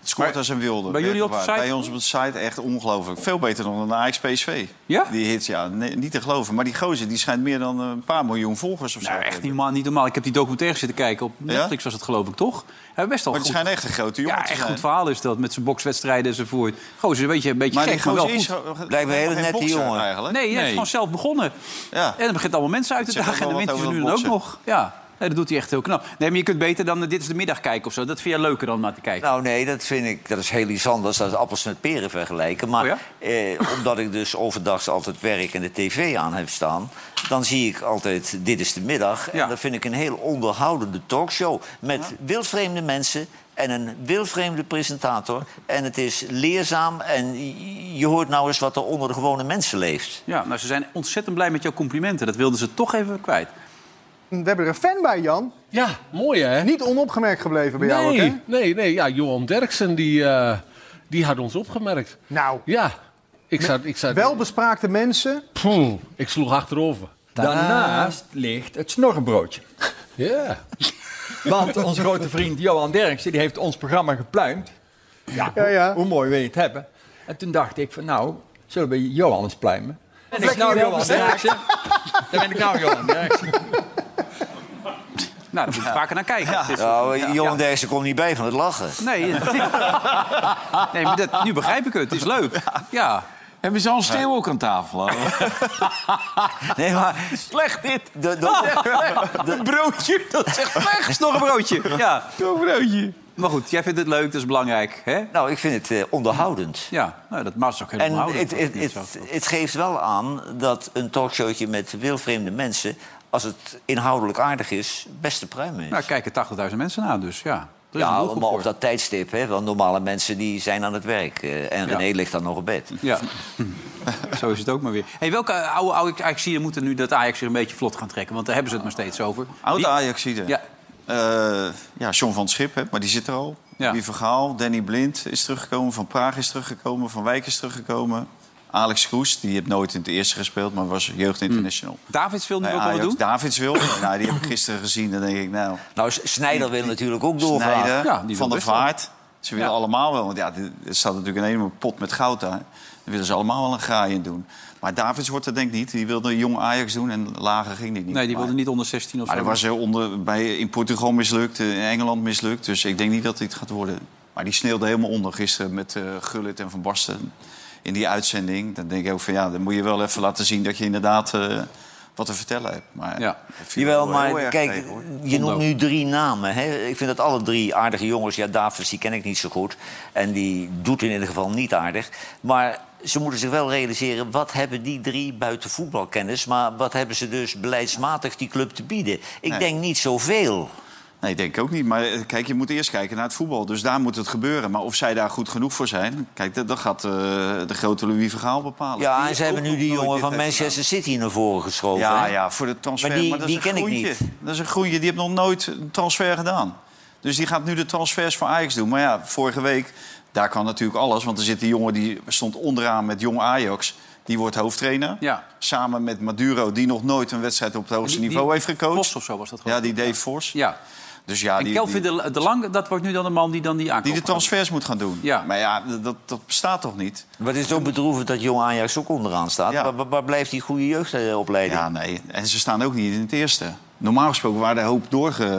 Speaker 3: Het scoort als een wilde.
Speaker 4: bij jullie op de
Speaker 3: werkelijk waar.
Speaker 4: site?
Speaker 3: Bij ons op de site echt ongelooflijk. Veel beter dan een Ajax PSV.
Speaker 2: Ja?
Speaker 3: Die hits, ja. nee, niet te geloven. Maar die gozer die schijnt meer dan een paar miljoen volgers of zo.
Speaker 2: Nou, echt niet normaal, niet normaal. Ik heb die documentaire zitten kijken. Op Netflix was het geloof ik, toch? Hij best al
Speaker 3: Maar het
Speaker 2: goed.
Speaker 3: schijnt echt een grote jongen
Speaker 2: Ja,
Speaker 3: te
Speaker 2: echt
Speaker 3: zijn.
Speaker 2: goed verhaal is dat. Met zijn bokswedstrijden enzovoort. Gozer, een beetje, een beetje
Speaker 3: Maar
Speaker 2: gek,
Speaker 3: die
Speaker 2: maar wel
Speaker 3: gozer is
Speaker 2: goed.
Speaker 3: zo- Lijkt me een hele geen nette bokser jongen. eigenlijk.
Speaker 2: Nee, hij
Speaker 3: Nee.
Speaker 2: is gewoon zelf begonnen. En dan begint allemaal mensen uit te
Speaker 3: Dat zegt
Speaker 2: dagen. En de
Speaker 3: wel
Speaker 2: mensen
Speaker 3: wat
Speaker 2: doen
Speaker 3: over
Speaker 2: nu dan
Speaker 3: dat
Speaker 2: ook nog. Ja, nee, dat doet hij echt heel knap. Nee, maar je kunt beter dan eh, Dit is de Middag kijken of zo. Dat vind jij leuker dan om naar te kijken.
Speaker 4: Nou nee, dat vind ik, dat is heel iets anders. Dat is appels met peren vergelijken.
Speaker 2: Oh
Speaker 4: Maar eh, omdat ik dus overdag altijd werk en de tv aan heb staan... dan zie ik altijd Dit is de Middag. En dat vind ik een heel onderhoudende talkshow. Met wildvreemde mensen en een wildvreemde presentator. En het is leerzaam en je hoort nou eens wat er onder de gewone mensen leeft.
Speaker 2: Ja, nou, ze zijn ontzettend blij met jouw complimenten. Dat wilden ze toch even kwijt.
Speaker 18: We hebben er een fan bij, Jan.
Speaker 19: Ja, mooi hè?
Speaker 18: Niet onopgemerkt gebleven bij jou ook,
Speaker 19: nee,
Speaker 18: hè?
Speaker 19: nee, nee. Ja, Johan Derksen, die, eh, die had ons opgemerkt. Nou. Ja. Ik zat, ik zat...
Speaker 18: Welbespraakte mensen.
Speaker 19: Poeh, ik sloeg achterover.
Speaker 20: Daarnaast ligt het snorrenbroodje.
Speaker 19: Ja.
Speaker 20: Want onze grote vriend Johan Derksen die heeft ons programma gepluimd. Ja,
Speaker 18: Ja, ja.
Speaker 20: Hoe, hoe mooi wil je het hebben? En toen dacht ik van nou, zullen we Johan eens pluimen? En ik
Speaker 18: Vlekje
Speaker 20: nou
Speaker 18: wel
Speaker 20: Johan
Speaker 18: bestaan.
Speaker 20: Derksen. Dan ben ik nou Johan Derksen.
Speaker 2: Nou, daar moet je vaker naar kijken. Het is-
Speaker 4: Nou,
Speaker 2: ja.
Speaker 4: Johan Derksen komt niet bij van het lachen.
Speaker 2: Nee, nee maar dat, nu begrijp ik het. Het is leuk. Ja.
Speaker 5: Hebben ze al een sneeuw ook aan tafel?
Speaker 4: Nee, maar...
Speaker 2: Slecht dit.
Speaker 4: De,
Speaker 2: Oh. Een broodje, dat is echt slecht. Nog een broodje. Ja. Nog een broodje. Maar goed, jij vindt het leuk, dat is belangrijk. Hè?
Speaker 4: Nou, ik vind het eh, onderhoudend.
Speaker 2: Ja, nou, dat maakt ook heel
Speaker 4: En
Speaker 2: onderhoudend.
Speaker 4: het, het, het, het geeft wel aan dat een talkshowtje met wilvreemde mensen... als het inhoudelijk aardig is, best te pruimen is.
Speaker 2: Nou, kijken 80.000 mensen naar, dus ja. Er is een
Speaker 4: ja,
Speaker 2: doelgroep
Speaker 4: maar
Speaker 2: voor.
Speaker 4: op dat tijdstip, hè, want normale mensen die zijn aan het werk. eh, en
Speaker 2: Ja.
Speaker 4: René ligt dan nog op bed.
Speaker 2: Ja. Zo is het ook maar weer. Hey, welke eh, oude, oude Ajaxiden moeten nu dat Ajax zich een beetje vlot gaan trekken? Want daar hebben ze het maar steeds over.
Speaker 3: Oude
Speaker 2: Die-
Speaker 3: Ajaxide.
Speaker 2: Ja.
Speaker 3: Eh, ja, John van het Schip, hè, maar die zit er al.
Speaker 2: Ja.
Speaker 3: Wie Vergaal, Danny Blind is teruggekomen. Van Praag is teruggekomen. Van Wijk is teruggekomen. Alex Kroes, die heeft nooit in het eerste gespeeld... maar was jeugd international.
Speaker 2: Davids wil nu
Speaker 3: Bij
Speaker 2: ook wel wat
Speaker 3: Ajax,
Speaker 2: doen?
Speaker 3: Davids wil. nou, die heb ik gisteren gezien. Dan denk ik, nou...
Speaker 4: Nou, Snijder wil natuurlijk ook doorgaan.
Speaker 3: Snijder,
Speaker 4: Ja, die wil
Speaker 3: Van der
Speaker 4: best wel.
Speaker 3: Vaart. Ze willen allemaal wel. Want ja, dit- er staat natuurlijk een enorme pot met goud daar. Daar willen ze allemaal wel een graai in doen. Maar Davids wordt er denk ik niet. Die wilde jong Ajax doen en lager ging die niet.
Speaker 2: Nee, die wilde
Speaker 3: Maar-
Speaker 2: niet onder 16 of
Speaker 3: Maar
Speaker 2: zo.
Speaker 3: dat was heel onder, bij, in Portugal mislukt, eh, in Engeland mislukt. Dus ik denk niet dat dit gaat worden. Maar die sneeuwde helemaal onder gisteren met eh, Gullit en Van Barsten in die uitzending. Dan denk ik ook van ja, dan moet je wel even laten zien dat je inderdaad eh, wat te vertellen hebt. Maar, ja.
Speaker 4: Jawel, maar kijk, je noemt nu drie namen. Hè? Ik vind dat alle drie aardige jongens. Ja, Davids, die ken ik niet zo goed. En die doet in ieder geval niet aardig. Maar ze moeten zich wel realiseren... wat hebben die drie buiten voetbalkennis... maar wat hebben ze dus beleidsmatig die club te bieden? Ik
Speaker 3: Nee.
Speaker 4: denk niet zoveel.
Speaker 3: Nee, denk ik ook niet. Maar eh, kijk, je moet eerst kijken naar het voetbal. Dus daar moet het gebeuren. Maar of zij daar goed genoeg voor zijn, kijk, dat, dat gaat eh, de grote Louis Vergaal bepalen.
Speaker 4: Ja,
Speaker 3: Die
Speaker 4: en ze
Speaker 3: ook
Speaker 4: hebben nu
Speaker 3: nog
Speaker 4: die
Speaker 3: nooit
Speaker 4: jongen
Speaker 3: dit
Speaker 4: van
Speaker 3: heeft
Speaker 4: Manchester City naar voren geschoven.
Speaker 3: Ja,
Speaker 4: hè?
Speaker 3: ja, voor de transfer.
Speaker 4: Maar die,
Speaker 3: dat
Speaker 4: die
Speaker 3: is
Speaker 4: ken
Speaker 3: een
Speaker 4: ik
Speaker 3: groentje.
Speaker 4: niet.
Speaker 3: Dat is een groentje. Die heeft nog nooit een transfer gedaan. Dus die gaat nu de transfers voor Ajax doen. Maar ja, vorige week, daar kan natuurlijk alles. Want er zit die jongen die stond onderaan met jong Ajax. Die wordt hoofdtrainer. Samen met Maduro, die nog nooit een wedstrijd op het hoogste
Speaker 2: Die- die
Speaker 3: niveau heeft gecoacht. Vos
Speaker 2: of zo was dat
Speaker 3: Ja, die Dave Vos.
Speaker 2: Ja.
Speaker 3: Dus ja,
Speaker 2: en
Speaker 3: die,
Speaker 2: Kelvin
Speaker 3: die,
Speaker 2: de, de Lang, dat wordt nu dan de man die dan die aankomt.
Speaker 3: die de transfers moet gaan doen. Maar ja, d- dat, dat bestaat toch niet?
Speaker 4: Wat is het ook bedroevend dat jong Ajax ook onderaan staat. Waar, waar- waar blijft die goede jeugdopleiding?
Speaker 3: Ja, nee. En ze staan ook niet in het eerste. Normaal gesproken waren de hoop doorge...
Speaker 2: Maar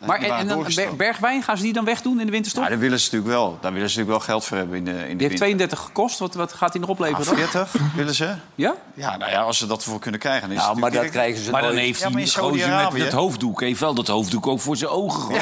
Speaker 3: die
Speaker 2: en,
Speaker 3: waren
Speaker 2: en dan
Speaker 3: doorgestroomd.
Speaker 2: Ber- Bergwijn, gaan ze die dan wegdoen in de winterstop?
Speaker 3: Ja, daar willen ze natuurlijk wel. Daar willen ze natuurlijk wel geld voor hebben in de, in de
Speaker 2: die heeft
Speaker 3: winter.
Speaker 2: 32 gekost. Wat, wat gaat hij nog opleveren?
Speaker 3: Ah, 40 willen ze.
Speaker 2: Ja?
Speaker 3: Ja, nou ja, als ze dat voor kunnen krijgen. Dan is
Speaker 5: Nou,
Speaker 3: het
Speaker 5: maar
Speaker 3: natuurlijk
Speaker 5: dat krijgen ze Maar dan nooit. heeft
Speaker 3: Ja,
Speaker 5: hij
Speaker 3: maar in
Speaker 5: die gozer met
Speaker 3: Saudi-Arabië-
Speaker 5: dat hoofddoek. Heeft wel dat hoofddoek ook voor zijn ogen gehad.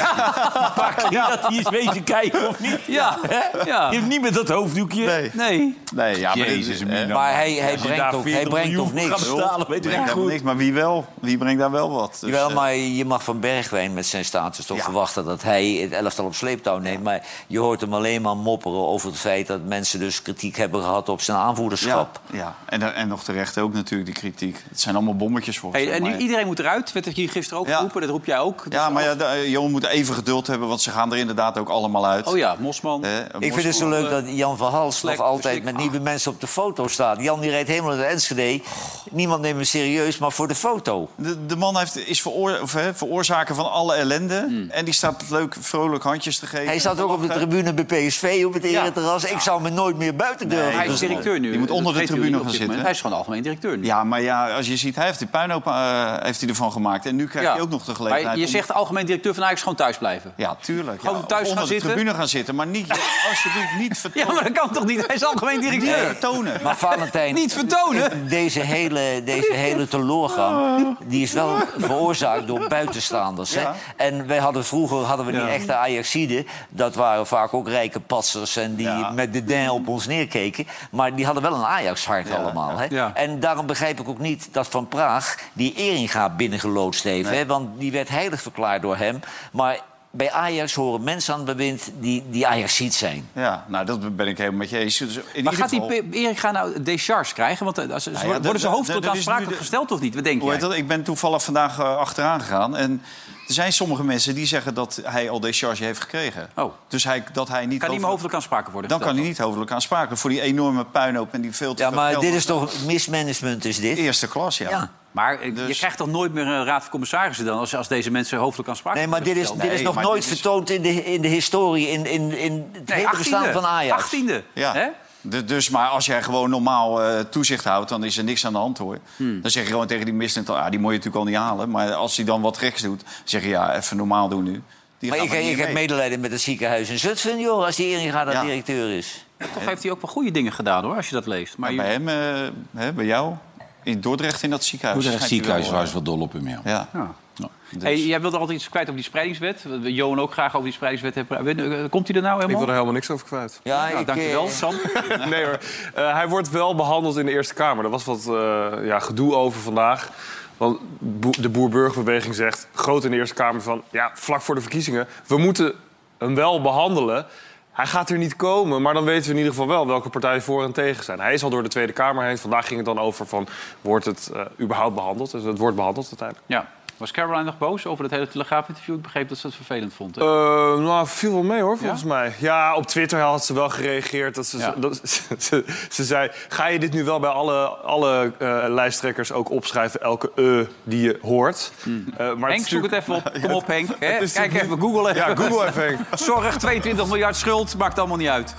Speaker 3: Ja.
Speaker 5: Dat hij eens weet te kijken of niet.
Speaker 2: Ja.
Speaker 5: ja. Je hebt niet met dat hoofddoekje.
Speaker 3: Nee.
Speaker 2: Nee.
Speaker 3: Nee, ja, maar,
Speaker 5: Jezus,
Speaker 3: dit-
Speaker 5: Mina.
Speaker 3: eh,
Speaker 5: Maar hij- hij Als je nou- brengt daar ook- hij 40 brengt miljoen ook niks. gaat betalen, weet ik
Speaker 3: Brengt
Speaker 4: niet
Speaker 3: daar
Speaker 4: goed.
Speaker 3: niks, Maar wie wel? Wie brengt daar wel wat? Dus,
Speaker 4: Jawel,
Speaker 3: eh,
Speaker 4: maar je mag van Bergwijn met zijn status toch verwachten dat hij het elftal op sleeptouw neemt. Maar je hoort hem alleen maar mopperen over het feit dat mensen dus kritiek hebben gehad op zijn aanvoerderschap.
Speaker 3: Ja, en, en nog terecht ook natuurlijk die kritiek. Het zijn allemaal bommetjes voor.
Speaker 2: Hey, en nu iedereen moet eruit. Werd er hier gisteren ook geroepen. Dat roep jij ook.
Speaker 3: Ja, maar ja, de, eh, jongen moet even geduld hebben, want ze gaan er inderdaad ook allemaal uit.
Speaker 2: Oh ja,
Speaker 3: Eh,
Speaker 2: Mosman.
Speaker 4: Ik vind dus- het zo leuk dat Jan van Hals nog
Speaker 2: Slek,
Speaker 4: altijd met nieuwe mensen op de foto staat. Jan die rijdt helemaal naar Enschede.
Speaker 3: Oh.
Speaker 4: Niemand neemt hem serieus, maar voor de foto.
Speaker 3: De, de man heeft, is veroor, of, hè, veroorzaker van alle ellende. En die staat leuk vrolijk handjes te geven.
Speaker 4: Hij zat ook op de tribune bij PSV op het ereterras. Ik zou me nooit meer buiten durven.
Speaker 3: Nee, hij is
Speaker 4: te zetten.
Speaker 3: directeur nu. Je moet
Speaker 2: Dat
Speaker 3: onder de
Speaker 2: weet u
Speaker 3: tribune
Speaker 2: niet op
Speaker 3: gaan
Speaker 2: dit
Speaker 3: zitten.
Speaker 2: moment. Hij is gewoon algemeen directeur nu.
Speaker 3: Ja, maar ja, als je ziet, hij heeft die puinhoop eh, heeft hij ervan gemaakt. En nu krijg je ook nog de gelegenheid...
Speaker 2: Maar je
Speaker 3: om-
Speaker 2: zegt algemeen directeur van Ajax gewoon thuis blijven.
Speaker 3: Ja, tuurlijk.
Speaker 2: Gewoon
Speaker 3: ja,
Speaker 2: thuis
Speaker 3: onder
Speaker 2: gaan
Speaker 3: de
Speaker 2: zitten.
Speaker 3: tribune gaan zitten, maar niet, alsjeblieft niet vertonen.
Speaker 2: Ja, maar dat kan toch niet? Hij is algemeen directeur.
Speaker 4: Nee.
Speaker 3: vertonen.
Speaker 4: Maar Valentijn...
Speaker 2: Niet vertonen.
Speaker 4: Deze hele, deze hele teleurgang die is wel veroorzaakt door buitenstaanders.
Speaker 3: Ja.
Speaker 4: Hè? En wij hadden vroeger hadden we die
Speaker 3: Ja.
Speaker 4: echte Ajaxiden. Dat waren vaak ook rijke passers en die met de den op ons neerkeken. Maar die hadden wel een Ajax-hart allemaal. Hè?
Speaker 2: Ja.
Speaker 4: En daarom begrijp ik ook niet dat Van Praag die Eringa binnengeloodst heeft. Hè? Want die werd heilig verklaard door hem. Maar bij Ajax horen mensen aan het bewind die, die Ajaxiet zijn.
Speaker 3: Ja, nou, dat ben ik helemaal met je eens. Dus in
Speaker 2: Maar
Speaker 3: ieder
Speaker 2: gaat die
Speaker 3: geval-
Speaker 2: Pe- Erik gaan nou décharge krijgen? Want eh, als,
Speaker 3: Nou ja,
Speaker 2: worden
Speaker 3: dat-
Speaker 2: ze
Speaker 3: dat-
Speaker 2: hoofdelijk
Speaker 3: dat is nu
Speaker 2: aansprakelijk
Speaker 3: de-
Speaker 2: gesteld of niet? Wat denk
Speaker 3: Hoe heet
Speaker 2: jij?
Speaker 3: dat? Ik ben toevallig vandaag eh, achteraan gegaan. En er zijn sommige mensen die zeggen dat hij al décharge heeft gekregen.
Speaker 2: Oh.
Speaker 3: Dus hij, dat hij niet...
Speaker 2: Kan niet meer hoofdelijk aansprakelijk worden
Speaker 3: Dan kan
Speaker 2: gesteld
Speaker 3: hij niet hoofdelijk aansprakelijk. Voor die enorme puinhoop en die veel te
Speaker 4: Ja,
Speaker 3: veel
Speaker 4: maar
Speaker 3: geld.
Speaker 4: dit is toch mismanagement is dit?
Speaker 3: Eerste klas, ja.
Speaker 4: Ja.
Speaker 2: Maar eh,
Speaker 3: Dus-
Speaker 2: je krijgt toch nooit meer een raad van commissarissen dan... als, als deze mensen hoofdelijk
Speaker 4: Nee,
Speaker 2: aansprakelijk
Speaker 4: maar dit
Speaker 2: worden
Speaker 4: is,
Speaker 2: gesteld?
Speaker 4: dit is nog nooit vertoond in de, in de historie, in, in, in het
Speaker 2: Nee,
Speaker 4: hele bestaan
Speaker 2: 18e.
Speaker 4: van Ajax.
Speaker 2: 18e.
Speaker 3: Ja. Du- Dus, maar als jij gewoon normaal eh, toezicht houdt, dan is er niks aan de hand hoor.
Speaker 2: Hmm.
Speaker 3: Dan zeg je gewoon tegen die misdrijf, ah, die moet je natuurlijk al niet halen. Maar als hij dan wat rechts doet, zeg je ja, even normaal doen nu. Die
Speaker 4: Maar
Speaker 3: gaan
Speaker 4: ik,
Speaker 3: er niet
Speaker 4: ik heb
Speaker 3: mee.
Speaker 4: medelijden met het ziekenhuis in Zutphen, joh, als die Eringa dat
Speaker 3: Ja.
Speaker 4: directeur is.
Speaker 2: Toch heeft hij ook wel goede dingen gedaan, hoor, als je dat leest. Maar
Speaker 3: Maar
Speaker 2: je-
Speaker 3: bij hem, eh, hè, bij jou, in Dordrecht in dat ziekenhuis.
Speaker 5: Dordrecht
Speaker 3: schijnt hij
Speaker 5: ziekenhuis
Speaker 3: wel,
Speaker 5: waren ze wel dol op hem, ja.
Speaker 3: eh, ja.
Speaker 2: Ah. Hey, jij wilde altijd iets kwijt over die spreidingswet. We- we- Johan ook graag over die spreidingswet. hebben. Eh, Komt hij er nou
Speaker 8: Ik
Speaker 2: helemaal?
Speaker 8: wil er helemaal niks over kwijt.
Speaker 4: Ja,
Speaker 2: Nou, dankjewel,
Speaker 4: eh,
Speaker 2: Sam.
Speaker 8: nee hoor. Eh, hij wordt wel behandeld in de Eerste Kamer. Er was wat eh, ja, gedoe over vandaag. Want boe- de Boer-Burgerbeweging zegt groot in de Eerste Kamer van... ja, vlak voor de verkiezingen, we moeten hem wel behandelen. Hij gaat er niet komen, maar dan weten we in ieder geval wel... welke partijen voor en tegen zijn. Hij is al door de Tweede Kamer heen. Vandaag ging het dan over van, wordt het eh, überhaupt behandeld? Dus het wordt behandeld uiteindelijk.
Speaker 2: Ja. Was Caroline nog boos over dat hele telegraafinterview? Ik begreep dat ze het vervelend vond. hè?
Speaker 8: Eh, nou, viel wel mee hoor, volgens mij. Ja, op Twitter had ze wel gereageerd. Dat ze,
Speaker 2: Ja.
Speaker 8: dat, ze, ze, zei, ga je dit nu wel bij alle, alle eh, lijsttrekkers ook opschrijven? Elke eh die je hoort. Eh, maar
Speaker 2: Hmm. Henk, zoek het even op. Kom op, Henk. hè?
Speaker 8: het is
Speaker 2: Kijk even,
Speaker 8: natuurlijk-
Speaker 2: Google even.
Speaker 8: Ja, Google even, Henk.
Speaker 2: Zorg, 22 miljard schuld, maakt allemaal niet uit.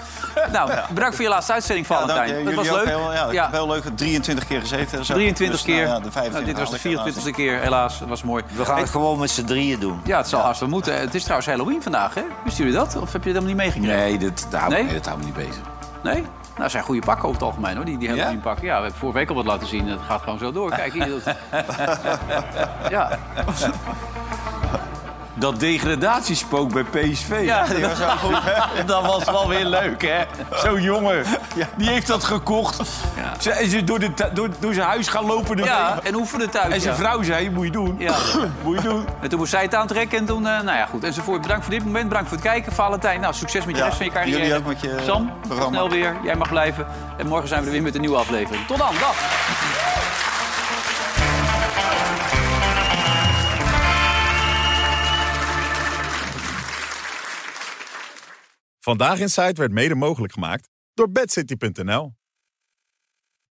Speaker 2: Nou, bedankt voor je laatste uitzending,
Speaker 3: dank
Speaker 2: Valentijn.
Speaker 3: je.
Speaker 2: dat was
Speaker 3: Jullie ook
Speaker 2: leuk.
Speaker 3: heel, ja,
Speaker 2: Ja.
Speaker 3: heel leuk. 23 keer gezeten. of zo.
Speaker 2: 23
Speaker 3: Dus, nou
Speaker 2: keer.
Speaker 3: ja, de 25
Speaker 2: Nou, dit was de
Speaker 3: haal ik helaas.
Speaker 2: 24 keer, helaas. Dat was mooi.
Speaker 4: We gaan het gewoon met z'n drieën doen.
Speaker 2: Ja, het zal haast wel moeten. Het is trouwens Halloween vandaag, hè? Wisten jullie dat? Of heb je dat helemaal niet meegekregen?
Speaker 5: Nee, dat, daar hou-
Speaker 2: Nee?
Speaker 5: nee, dat houdt me niet bezig.
Speaker 2: Nee? Nou, het zijn goede pakken over het algemeen, hoor. Die, die Halloween pakken. Ja, we hebben vorige week al wat laten zien. Het gaat gewoon zo door. Kijk hier. Dat... ja.
Speaker 5: Dat degradatiespook bij PSV.
Speaker 2: Ja, die was wel goed, hè?
Speaker 5: dat was wel weer leuk, hè? Zo'n jongen. Die heeft dat gekocht. Ze, en ze door, de, tu- door, door zijn huis gaan lopen. ermee.
Speaker 2: Ja, en oefenen thuis.
Speaker 5: En zijn
Speaker 2: ja.
Speaker 5: vrouw zei, moet je doen.
Speaker 2: Ja.
Speaker 5: moet je doen.
Speaker 2: En toen moest zij het aantrekken en toen, eh, nou ja, goed. Enzovoort. Bedankt voor dit moment, bedankt voor het kijken. Valentijn, nou, succes met je
Speaker 3: Ja,
Speaker 2: rest van je carrière.
Speaker 3: jullie ook met je
Speaker 2: Sam,
Speaker 3: programma.
Speaker 2: snel weer. Jij mag blijven. En morgen zijn we er weer met een nieuwe aflevering. Tot dan, dag!
Speaker 1: Vandaag in Site werd mede mogelijk gemaakt door bedcity.nl.